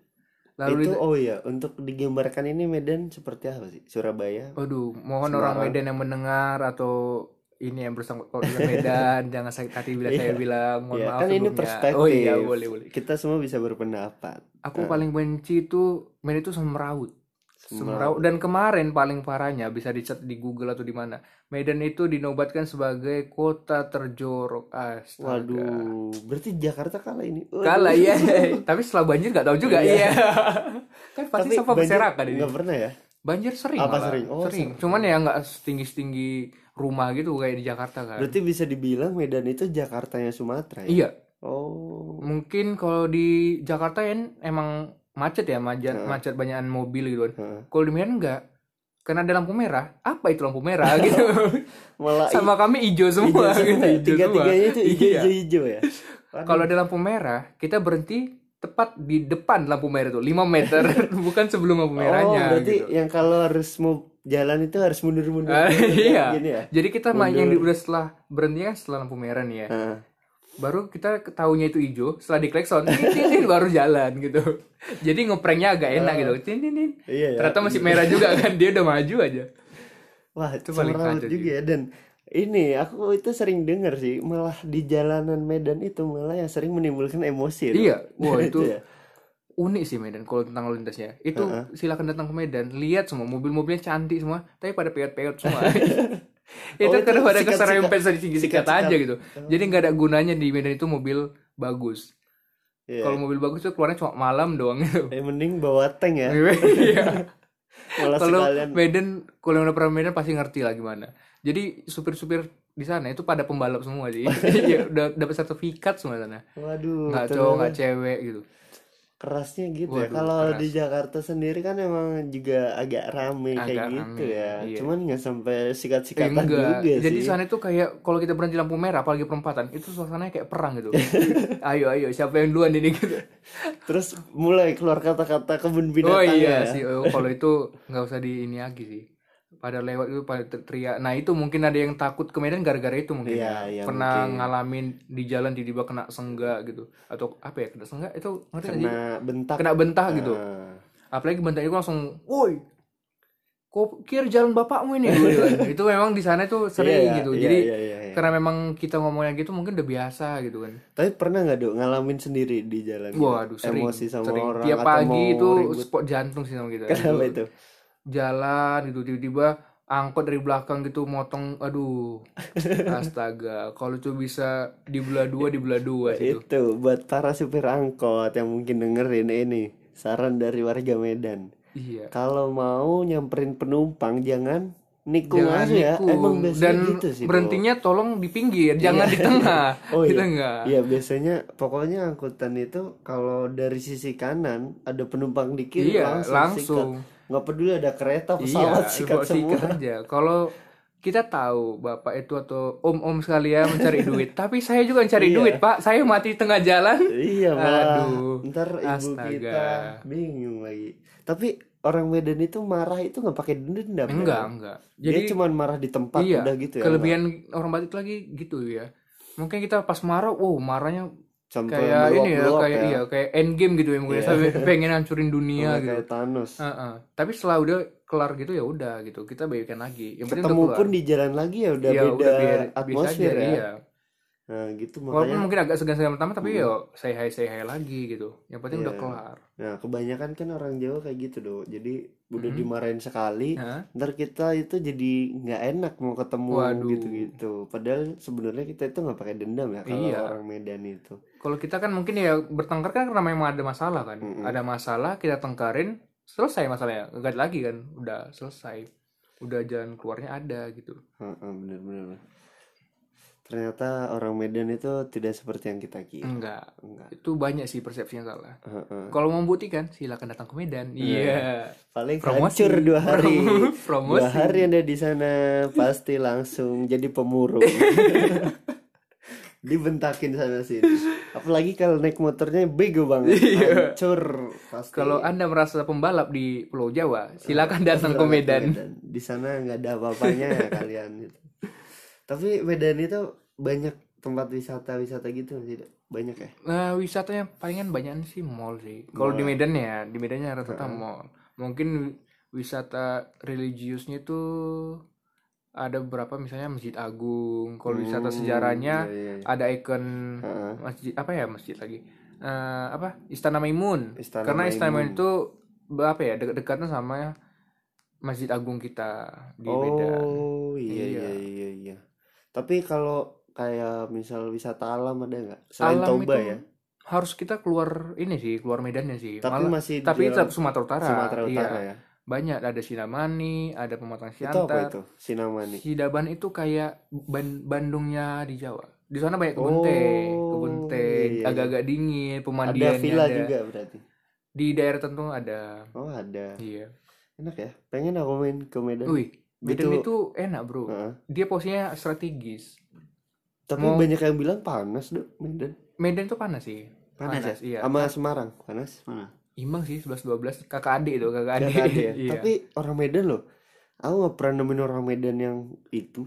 Lalu itu lintas oh iya, untuk digambarkan ini Medan seperti apa sih? Surabaya. Aduh, mohon orang Medan yang mendengar atau ini yang bersangkut kalau dengan Medan <laughs> jangan sakit hati bila saya bilang mohon ya, maaf kan ini sebelumnya. perspektif. Nah. Oh iya, boleh boleh. Kita semua bisa berpendapat. Aku paling benci itu Medan itu semeraut. Semeraut dan kemarin paling parahnya bisa dicat di Google atau di mana. Medan itu dinobatkan sebagai kota terjorok. Astaga. Waduh, berarti Jakarta kalah ini. Waduh. Kalah ya. <laughs> Tapi setelah banjir nggak tahu juga. Iya. <laughs> kan pasti sampah banjir berserakan ini. Kan. nggak pernah ya? Banjir sering Apa malah. sering? Oh, sering. Cuman ya nggak setinggi-tinggi rumah gitu kayak di Jakarta kan. Berarti bisa dibilang Medan itu Jakartanya Sumatera ya? Iya, Oh, mungkin kalau di Jakarta ya emang macet ya, macet, macet banyakan mobil gitu kan. Heeh. Kalau di Medan enggak. Karena ada lampu merah, apa itu lampu <laughs> merah gitu. malah Sama kami hijau semua gitu, hijau Iya. Tiga-tiganya itu semua. Iya. hijau-hijau ya. Waduh. Kalau ada lampu merah, kita berhenti tepat di depan lampu merah itu, 5 meter, <laughs> bukan sebelum lampu merahnya Oh, berarti gitu. yang kalau harus mau jalan itu harus mundur-mundur. Ah, dulu, <laughs> iya. Gini ya. Jadi kita main yang di- udah setelah berhenti kan setelah lampu merah nih ya. Heeh. baru kita tahunya itu hijau setelah diklekson tin, tin, tin, baru jalan gitu <laughs> jadi ngeprengnya agak enak gitu tin, tin, tin. Iya, ya. ternyata masih merah juga kan dia udah maju aja Wah, itu Itu paling kacau juga ya dan ini aku itu sering dengar sih malah di jalanan Medan itu malah yang sering menimbulkan emosi. iya <laughs> wah Itu itu ya. unik sih Medan kalau tentang lalu lintasnya itu silakan datang ke Medan lihat semua mobil-mobilnya cantik semua tapi pada peot-peot <laughs> semua Oh, <laughs> itu Oh, itu karena pada sikat-sikat. keserempet dari tinggi sikat aja Sikat-sikat. gitu jadi nggak ada gunanya di Medan itu mobil bagus Iya. kalau mobil bagus tuh keluarnya cuma malam doang gitu Eh, mending bawa tank ya. <laughs> iya Malah kalau sekalian Medan kalau yang udah pernah Medan pasti ngerti lah gimana jadi supir-supir di sana itu pada pembalap semua <laughs> sih Iya, udah dapat sertifikat semua sana waduh nggak ternyata cowok nggak cewek gitu kerasnya gitu ya. Waduh, Kalau keras. di Jakarta sendiri kan emang juga agak rame kayak Agak gitu rame, ya. iya. Cuman nggak sampai Eh, sikat-sikatan enggak juga jadi sih. sana itu kayak kalau kita berhenti lampu merah apalagi perempatan itu suasananya kayak <laughs> perang gitu ayo ayo siapa yang duluan ini gitu Terus mulai keluar kata-kata kebun oh binatang iya ya. sih oh, kalau itu nggak usah di ini lagi sih pada lewat itu pada ter- teriak nah itu mungkin ada yang takut ke Medan gara-gara itu mungkin Iya, ya. iya, pernah mungkin. ngalamin di jalan tiba-tiba kena senggak gitu atau apa ya kena senggak itu ngerti nggak sih? Kena bentak. kena bentah gitu Ah. apalagi bentak itu langsung woi kok kir jalan <laughs> bapakmu ini Gitu kan. itu memang di sana itu sering Iya, gitu iya, jadi iya, iya, iya. karena memang kita ngomongnya gitu mungkin udah biasa gitu kan Tapi pernah nggak dok ngalamin sendiri di jalan? waduh Iya, sering Emosi sama sering. orang tiap atau pagi mau itu <laughs> ribut? spot jantung sih sama kita Kenapa itu? jalan gitu tiba-tiba angkot dari belakang gitu <laughs> motong aduh astaga kalau itu bisa dibelah dua dibelah dua gitu Itu buat para supir angkot yang mungkin dengerin ini saran dari warga Medan. iya Kalau mau nyamperin penumpang jangan nikung jangan aja ya. nikung. Emang biasanya dan gitu sih. Dok. berhentinya tolong di pinggir jangan di tengah <laughs> Gitu Oh di iya. tengah Iya biasanya pokoknya angkutan itu kalau dari sisi kanan ada penumpang di kiri Iya, langsung, langsung. sikat. Nggak peduli ada kereta <laughs> pesawat iya sikat bawa semua. sikat aja kalau kita tahu bapak itu atau om-om sekalian mencari <laughs> duit tapi saya juga mencari duit pak saya mati di tengah jalan Iya malah Aduh, ntar ibu astaga. kita bingung lagi. Tapi orang Medan itu marah itu nggak pakai dendam. ya? enggak enggak Dia cuman marah di tempat iya, udah gitu ya. Kelebihan orang Batak lagi gitu ya. Mungkin kita pas marah, wow marahnya nggak? Sampai kayak ini ya, meluap-meluap kayak iya, kayak end game gitu ya mungkin sampai pengen hancurin dunia Sampai gitu. Iya. kayak Thanos. Heeh. Tapi setelah udah kelar gitu ya udah gitu, kita baikkan lagi. Yang penting udah Ketemu keluar. pun di jalan lagi ya udah Iya, beda udah biar- biasa atmosfer aja, ya. Iya. Nah, gitu Walaupun makanya. Hmm. mungkin agak segan-segan pertama tapi yo say hi say hi lagi gitu. Yang penting udah Iya. kelar. Nah, kebanyakan kan orang Jawa kayak gitu doh. Jadi udah Mhm. dimarahin sekali, Hah? ntar kita itu jadi nggak enak mau ketemu Waduh. gitu-gitu. Padahal sebenarnya kita itu nggak pakai dendam ya kalau Iya. orang Medan itu. Kalau kita kan mungkin ya bertengkar kan karena memang ada masalah kan. Mm-mm. Ada masalah kita tengkarin selesai masalahnya. Enggak ada lagi kan. Udah selesai. Udah jalan keluarnya ada gitu. Heeh, bener-bener. Ternyata orang Medan itu tidak seperti yang kita kira. Enggak. Enggak. Itu banyak sih persepsi yang salah. Heeh. Kalau mau buktikan silakan datang ke Medan. Iya. Paling Promosi. hancur dua hari. Prom- Dua <laughs> Promosi. hari ada di sana pasti langsung jadi <laughs> pemurung. Dibentakin sana sini. Apalagi kalau naik motornya bego <laughs> banget. Hancur pasti. Iya. Kalau Anda merasa pembalap di Pulau Jawa, Iya. silakan datang ke Medan. Di sana nggak ada apa-apanya <laughs> ya kalian gitu. Tapi Medan itu banyak tempat wisata-wisata gitu sih. Banyak ya. Nah, wisatanya palingan banyak sih mall sih. Kalau di Medan ya, di Medannya rata-rata mall. Mungkin wisata religiusnya itu ada beberapa misalnya Masjid Agung. Kalau wisata Oh, sejarahnya Hmm, iya, iya. ada ikon Heeh. masjid apa ya masjid lagi? Eh, apa? Istana Maimun. Istana Karena Istana Maimun. Maimun itu apa ya? Dekat-dekatnya sama Masjid Agung kita di Medan. Oh iya iya Iya. iya iya. Tapi kalau kayak misal wisata alam ada nggak? Selain Alam Toba itu ya. harus kita keluar ini sih keluar medannya sih Tapi Malah- masih di iya, tapi dalam tetap Sumatera Utara Sumatera Utara iya ya. banyak ada sinamani ada pematang Itu apa siantar itu? Sinamani. sidaban itu kayak Ban- Bandungnya di Jawa di sana banyak kebun teh Oh, kebun teh iya, iya. agak-agak dingin Ada pemandiannya villa juga berarti. di daerah tertentu ada Oh, ada. iya Enak ya. Pengen aku main ke Medan. wih Medan Gitu- itu enak bro Heeh. dia posisinya strategis Tapi Mau- banyak yang bilang panas, Dok, Medan. Medan itu panas sih Panas, ya? Panas, iya. Sama Semarang, panas. Mana? imbang sih 11-12 kakak adik itu kakak adik, <laughs> iya. ya? Tapi orang Medan loh. Aku nggak pernah nemuin orang Medan yang itu.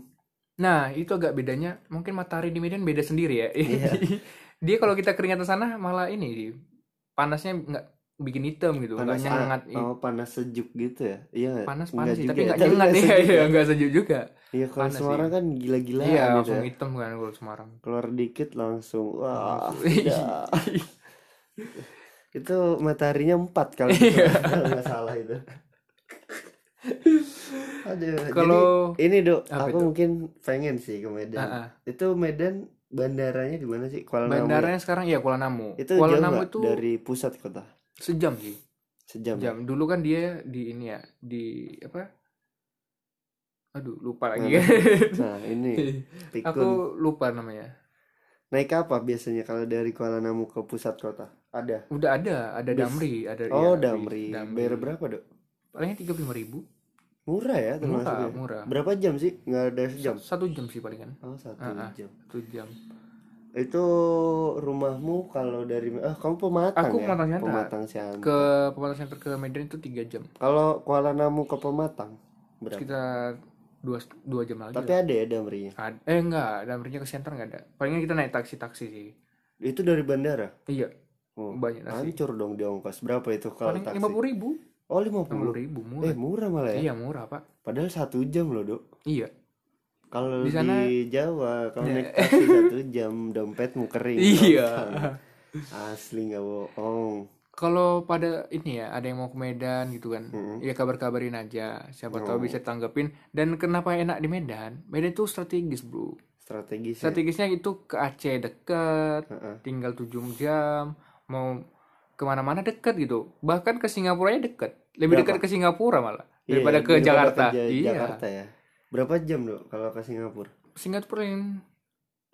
Nah, itu agak bedanya. Mungkin matahari di Medan beda sendiri ya. <laughs> Iya. Dia kalau kita keringatan sana malah ini sih, panasnya nggak bikin hitam gitu, nggak panas nyengat. ah, oh, panas sejuk gitu ya iya nggak? Panas Nggak panas sih, juga tapi ya, nggak nyengat nggak ya, sejuk <laughs> iya, ya. nggak sejuk juga. iya kalau Panas Semarang sih. kan gila-gilaan Iya, gitu langsung ya. hitam kan kalau Semarang. keluar dikit langsung <laughs> wah Langsung. sudah. itu mataharinya empat kalau Iya. gitu. <laughs> Kalau nggak salah <laughs> itu Aduh, jadi Kalau ini dok Apa aku itu? mungkin pengen sih ke Medan Ah, ah. itu Medan bandaranya di mana sih Kuala Namu ya? bandaranya sekarang ya Kuala Namu. itu Kuala jauh Namu nggak itu dari pusat kota sejam sih. sejam ya? Jam. Dulu kan dia di ini ya, di apa? Aduh, lupa lagi. Mana? <laughs> nah ini pikun Aku lupa namanya. Naik apa biasanya kalau dari Kuala Namu ke pusat kota? Ada. Udah ada, ada Bus. Damri, ada Oh, iya, Damri. Damri. Bayar berapa, Dok? Palingnya tiga ribu, Murah ya termasuk murah, ya? murah. Berapa jam sih? Nggak ada sejam. Satu jam sih palingan, Oh, satu Ah, ah. jam. satu jam. Itu rumahmu kalau dari ah kamu Pematang Aku ya? Pematang Siantar. Pematang Siantar. Ke Pematang Center ke Medan itu tiga jam, Kalau Kuala Namu ke Pematang berapa? sekitar dua dua jam lagi. Tapi lah. ada ya Damrinya. Ad- eh enggak, Damrinya ke Center nggak ada. Palingnya kita naik taksi taksi sih. Itu dari bandara. Iya, Oh, banyak taksi. hancur dong di ongkos. Berapa itu kalau Paling taksi? lima puluh ribu, Oh, 50. lima ribu murah. Eh, murah malah ya. Iya murah pak. Padahal satu jam loh, Dok. Iya, Kalau di, Di sana- Jawa kalau naik taksi <laughs> satu jam dompetmu kering. Iya. Rontang. Asli nggak bohong. Kalau pada ini ya, ada yang mau ke Medan gitu kan. Mm-mm. Oh. Ya kabar-kabarin aja. Siapa tahu bisa tanggepin. Dan kenapa enak di Medan? Medan itu strategis, Bro. Strategis. ya? Strategisnya itu ke Aceh dekat, Heeh. tinggal 7 jam, mau kemana-mana dekat gitu. Bahkan ke Singapura ya dekat. Lebih Berapa? dekat ke Singapura malah Iya, daripada ke daripada Jakarta. ke Ja- iya. Jakarta ya. Berapa jam loh kalau ke Singapura? Singapura yang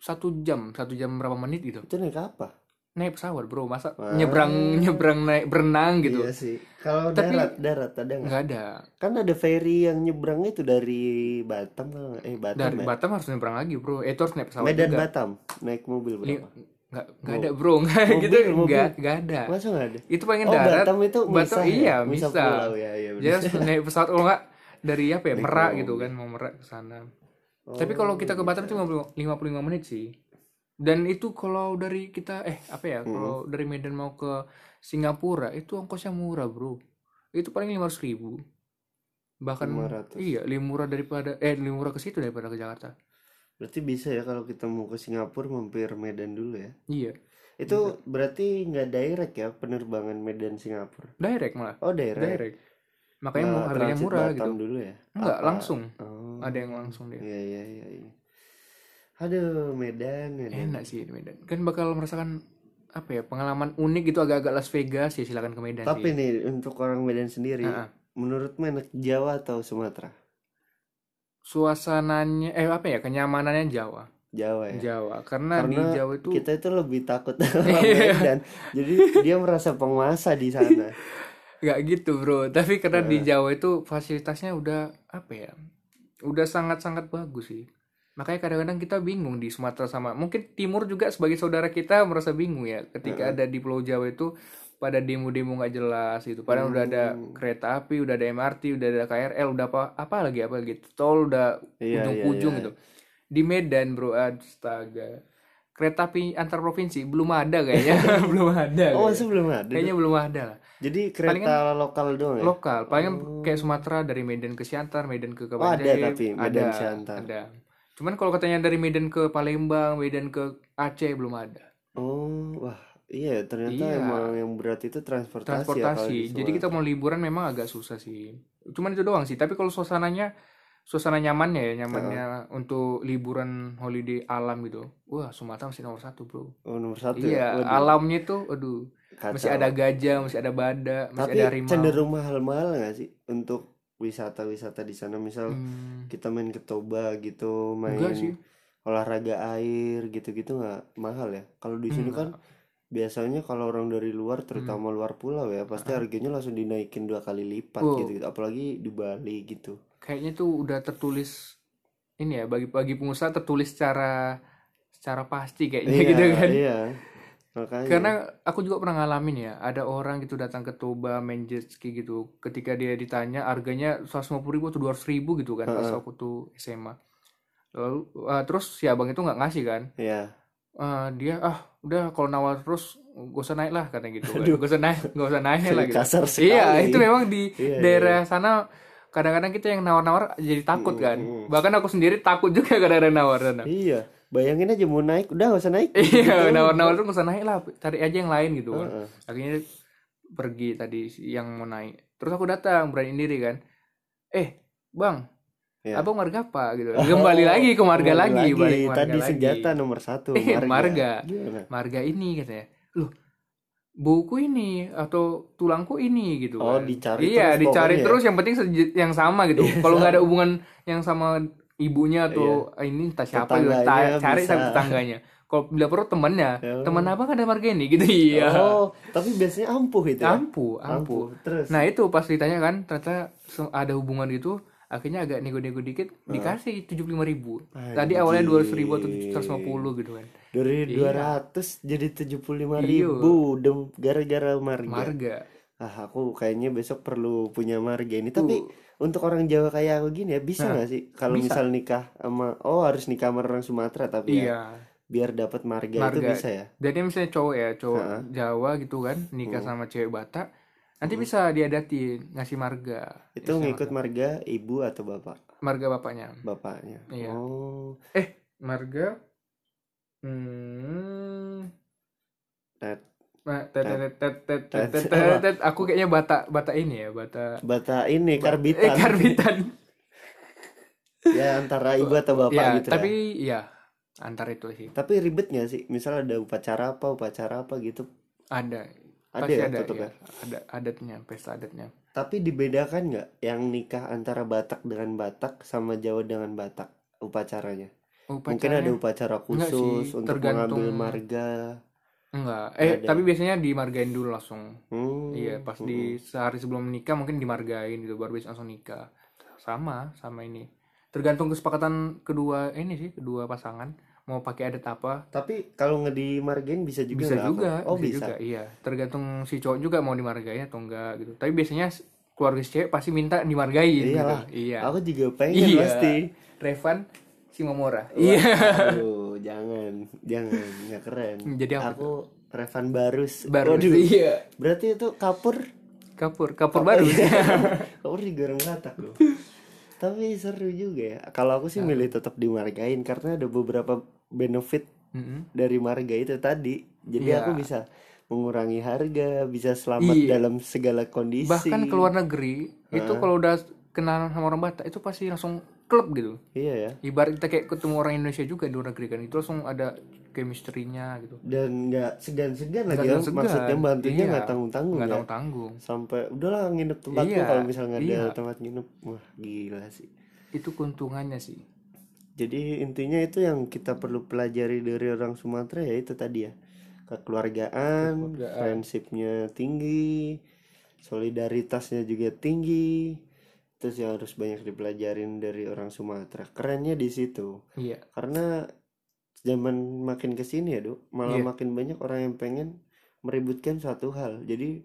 satu jam, satu jam berapa menit gitu. Itu naik apa? Naik pesawat, Bro. Masa Wah. nyebrang nyebrang naik berenang gitu. Iya sih. Kalau Tapi- darat darat ada nggak? nggak ada. Kan ada ferry yang nyebrang itu dari Batam kalau nggak- eh Batam dari ya? Batam harus nyebrang lagi bro eh itu harus naik pesawat Medan juga Batam naik mobil Li- berapa? nggak nggak ada bro nggak Mobil, gitu mobil. nggak nggak ada Masa nggak ada? itu pengen Oh, Iya. darat Batam itu Batam misah ya? iya Misah bisa pulau ya, iya benar. jadi <laughs> harus naik pesawat kalau nggak dari apa ya Naik merak mobil. gitu kan mau merak ke sana Oh, tapi kalau kita ke iya. Batam itu 50 55 menit sih dan itu kalau dari kita eh apa ya kalau Hmm. dari Medan mau ke Singapura itu ongkosnya murah bro itu paling 500 ribu bahkan 500. iya lebih murah daripada eh lebih murah ke situ daripada ke Jakarta Berarti bisa ya kalau kita mau ke Singapura mampir Medan dulu ya. Iya, Itu berarti nggak direct ya penerbangan Medan Singapura. direct malah. Oh direct. Direct. Makanya mau Nah, harganya transit murah Batam gitu. dulu ya. Enggak, Apa? langsung. Oh. Ada yang langsung dia. Iya iya iya. iya. Aduh Medan Medan. Enak sih di Medan. Kan bakal merasakan apa ya pengalaman unik gitu agak-agak Las Vegas ya silakan ke Medan Tapi sih. nih untuk orang Medan sendiri, Ah, ah. menurutmu enak Jawa atau Sumatera? Suasananya eh apa ya kenyamanannya Jawa. Jawa ya. Jawa karena, di Karena Jawa itu Kita itu lebih takut <laughs> orang Iya. Medan. Jadi dia merasa penguasa di <laughs> sana. nggak gitu bro tapi karena di Iya. Jawa itu fasilitasnya udah apa ya udah sangat-sangat bagus sih makanya kadang-kadang kita bingung di Sumatera sama mungkin Timur juga sebagai saudara kita merasa bingung ya Iya. ketika ada di Pulau Jawa itu pada demo-demo nggak jelas gitu padahal udah ada Hmm. kereta api udah ada MRT udah ada KRL udah apa apa lagi apa gitu tol udah Iya, ujung-ujung iya, iya. gitu di Medan bro astaga kereta api antar provinsi belum ada <laughs> kayaknya belum ada Oh, kayaknya. masih belum ada. kayaknya belum ada lah Jadi kereta lokal doang ya? lokal paling kan kayak Sumatera dari Medan ke Siantar Medan ke Oh, ada Kabupaten tapi Medan Siantar. ada cuman kalau katanya dari Medan ke Palembang Medan ke Aceh belum ada Oh, wah, iya ternyata Iya. emang yang berat itu transportasi, ya kalau di transportasi jadi kita mau liburan memang agak susah sih cuman itu doang sih tapi kalau suasananya suasana nyamannya ya nyamannya untuk liburan holiday alam gitu wah Sumatera masih nomor satu bro Sumatera. Oh, nomor satu ya? iya Waduh, alamnya tuh aduh kacau. masih ada gajah masih ada badak masih Tapi ada harimau cenderung mahal-mahal nggak sih untuk wisata-wisata di sana? Misal Hmm, kita main ke Toba gitu, main enggak sih olahraga air gitu-gitu nggak mahal ya? Kalau di sini kan biasanya kalau orang dari luar, Hmm. terutama luar pulau ya, pasti harganya langsung dinaikin dua kali lipat Oh. gitu. Apalagi di Bali gitu. kayaknya tuh udah tertulis ini ya bagi bagi pengusaha tertulis secara secara pasti kayaknya Iya, gitu kan Iya. Makanya. karena aku juga pernah ngalamin ya ada orang gitu datang ke Toba main jet ski gitu ketika dia ditanya harganya 150 ribu atau 200 ribu gitu kan pas aku tuh SMA lalu eh, terus si abang itu nggak ngasih kan Iya. Eh, dia ah udah kalau nawar terus gak usah naik lah katanya gitu kan. gak usah naik gak usah naik <laughs> lah gitu Kasar sekali. Iya, itu memang di Iya, Mm, daerah sana kadang-kadang kita yang nawar-nawar jadi takut kan. Bahkan aku sendiri takut juga <laughs> kadang-kadang nawar sana. Iya, bayangin aja mau naik, udah gak usah naik. <laughs> <laughs> Mm. Iya, nawar-nawar tuh nggak usah naik lah, cari aja yang lain gitu kan. Akhirnya pergi tadi si- yang mau naik. Terus aku datang berani diri kan. Eh, Bang, Iya. Oh, Abang marga apa gitu. Kembali lagi ke marga Kembali lagi, balik ke marga Tadi lagi. senjata nomor <laughs> satu, Eh, marga. marga. Gimana? Marga ini katanya. Loh, buku ini atau tulangku ini gitu Oh, kan. dicari iya terus dicari pokoknya. ya? Iya, terus yang penting seje- yang sama gitu kalau nggak ada hubungan yang sama ibunya atau ini entah siapa gitu Tetangganya ta- cari bisa. sama tetangganya kalau bila perlu temannya Ya. teman abang ada marga ini gitu iya Oh, tapi biasanya ampuh itu ya? ampuh ampuh Terus, nah itu pas ditanya kan ternyata se- ada hubungan gitu akhirnya agak nego-nego dikit dikasih tujuh ribu tadi awalnya dua ribu atau seratus gitu kan dari 200 jadi 75 ribu dem- gara-gara marga. Iya. marga Ah, aku kayaknya besok perlu punya marga Uh. ini. Tapi untuk orang Jawa kayak aku gini ya, bisa nggak sih? Kalau misal nikah sama, oh harus nikah sama orang Sumatera tapi ya. iya Biar dapat marga, itu Marga. bisa ya? Jadi misalnya cowok ya, cowok Jawa gitu kan, nikah Hmm. sama cewek Batak, nanti bisa diadatin ngasih marga, Itu ngikut marga ibu atau bapak? marga bapaknya. Bapaknya. Iya. Oh, Eh, marga hmm Tet. Nah, tet tet tet tet tet Tet. tet tet, tet. aku kayaknya Batak, Batak ini ya, Batak Bata ini eh karbitan. karbitan. <laughs> ya antara ibu atau bapak Ya, gitu tapi ya. ya antar itu sih Tapi ribet nggak sih? Misal ada upacara apa, upacara apa gitu. ada. Ada Pasti ya, ada, tetep ya. ada adatnya, pesta adatnya. Tapi dibedakan nggak yang nikah antara Batak dengan Batak sama Jawa dengan Batak upacaranya? Oh, Mungkin ada Upacaranya- upacara Nggak khusus sih, untuk tergantung- mengambil marga. Enggak. Eh, tapi biasanya dimargain dulu langsung. Hmm, Iya, pas di sehari sebelum menikah mungkin dimargain gitu, baru besok langsung nikah. Sama, sama ini. Tergantung kesepakatan kedua ini sih, kedua pasangan mau pakai adat apa. Tapi kalau nggak dimargain bisa juga Bisa nggak apa? juga, Oh bisa. juga. Iya, tergantung si cowok juga mau dimargain atau enggak gitu. Tapi biasanya s- keluarga si cewek pasti minta dimargain gitu. Iyalah. Iya. Aku juga pengen Iya. pasti. Revan Simomora. Iya. Aduh, jangan, jangan, nggak keren. <laughs> Jadi apa aku Revan Barus. Baru. Waduh, Iya. berarti itu kapur. Iya. <laughs> <laughs> Kapur, kapur baru. <laughs> kapur di Goreng Batak loh. Tapi seru juga ya. Kalau aku sih Nah. milih tetap dimargain karena ada beberapa benefit Mm-mm. dari marga itu tadi. Jadi Iya. aku bisa mengurangi harga, bisa selamat Iya. dalam segala kondisi. bahkan ke luar negeri itu kalau udah kenalan sama orang Batak itu pasti langsung klub gitu Iya ya. ibarat kita kayak ketemu orang Indonesia juga di luar negeri kan itu langsung ada chemistry-nya gitu Dan nggak segan-segan lagi Nggak ya. segan. Maksudnya bantunya Iya. nggak tanggung-tanggung nggak ya. tanggung tanggung Sampai udahlah nginep tempatku Iya, kalau misalnya nggak ada iya. tempat nginep. Wah, gila sih. itu keuntungannya sih Jadi intinya itu yang kita perlu pelajari dari orang Sumatera ya itu tadi ya kekeluargaan, Kekeluargaan. friendshipnya tinggi, solidaritasnya juga tinggi. Terus yang harus banyak dipelajarin dari orang Sumatera. Kerennya di situ iya karena zaman makin kesini ya dok malah Iya. makin banyak orang yang pengen meributkan satu hal jadi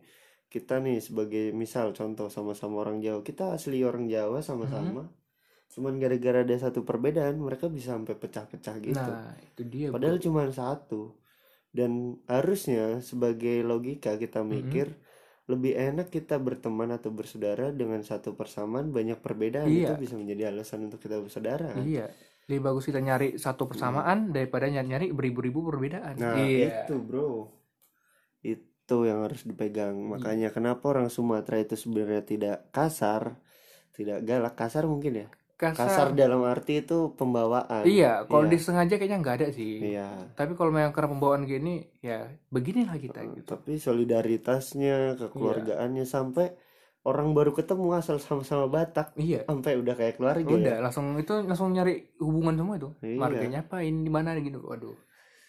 kita nih sebagai misal contoh sama-sama orang Jawa kita asli orang Jawa sama-sama Mhm. cuman gara-gara ada satu perbedaan mereka bisa sampai pecah-pecah gitu nah itu dia bro. padahal cuma satu dan harusnya sebagai logika Mhm. kita mikir lebih enak kita berteman atau bersaudara dengan satu persamaan banyak perbedaan Iya. itu bisa menjadi alasan untuk kita bersaudara kan? iya lebih bagus kita nyari satu persamaan daripada nyari nyari beribu-ribu perbedaan Nah, iya itu, Bro. Itu yang harus dipegang. Hmm. Makanya kenapa orang Sumatera itu sebenarnya tidak kasar, tidak galak. Kasar mungkin ya. Kasar kasar, dalam arti itu pembawaan. iya kalau Iya. disengaja kayaknya nggak ada sih Iya. tapi kalau memang karena pembawaan gini ya beginilah kita gitu Iya. Tapi solidaritasnya, kekeluargaannya sampai orang baru ketemu asal sama-sama Batak, iya sampai udah kayak keluarga ya. udah langsung itu langsung nyari hubungan semua itu Iya. marganya apa ini di mana gitu waduh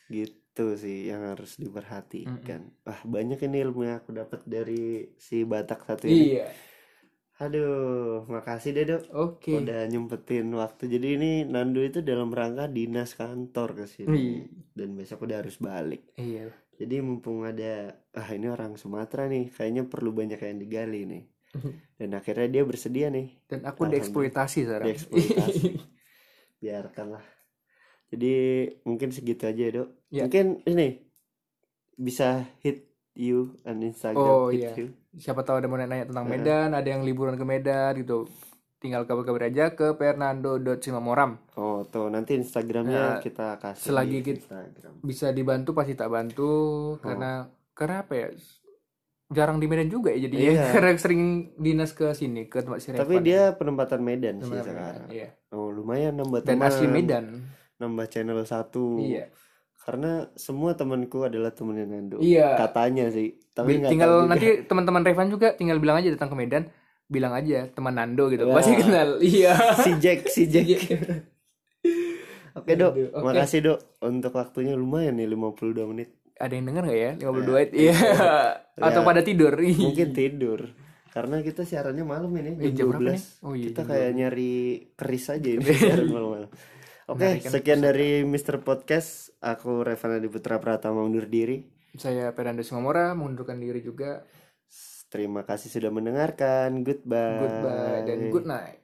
Gitu sih yang harus diperhatikan. Wah, banyak ini ilmu yang aku dapat dari si Batak satu ini. iya Aduh, makasih deh, Dok. oke udah nyempetin waktu jadi ini Nandu itu dalam rangka dinas kantor ke Wih. sini dan besok udah harus balik iya jadi mumpung ada ah ini orang Sumatera nih kayaknya perlu banyak yang digali nih Hmm. dan akhirnya dia bersedia nih dan aku dieksploitasi sekarang dieksploitasi biarkanlah jadi mungkin segitu aja dok Ya. mungkin ini bisa hit you on Instagram Oh, hit iya. you <laughs> siapa tahu ada yang mau nanya tentang Medan ada yang liburan ke Medan gitu tinggal kabar-kabar aja ke fernando.simamoram oh tuh nanti Instagramnya kita kasih Nah, selagi di kita- Instagram bisa dibantu pasti tak Oh. bantu karena karena apa ya jarang di Medan juga ya jadi ya. Iya. <laughs> karena sering dinas ke sini ke tempat si tapi Revan. dia penempatan Medan sih Teman-teman sekarang Medan, iya. Oh lumayan nambah dan teman asli Medan Nambah channel satu iya Karena semua temanku adalah temennya Nando Iya. Katanya sih Bi- Tapi nggak tinggal tahu juga. nanti teman-teman Revan juga tinggal bilang aja datang ke Medan bilang aja teman Nando gitu Wah. pasti kenal iya <laughs> Si Jack <laughs> Si Jack Oke dok Aduh, Iya. oke. Makasih dok Untuk waktunya lumayan nih 52 menit ada yang denger nggak ya 52 it iya atau pada tidur Ih. Mungkin tidur Karena kita siarannya malam ini Iya. Eh, jam Jam 12 berapa nih? Oh, iya, Kita jam kayak nyari keris aja <laughs> ini Siaran malam-malam Oke, kan, sekian dari Mr. Podcast. Aku Revana Diputra Pratama undur diri. saya Fernando Simamora mengundurkan diri juga Terima kasih sudah mendengarkan. Goodbye. Iya. goodbye dan good night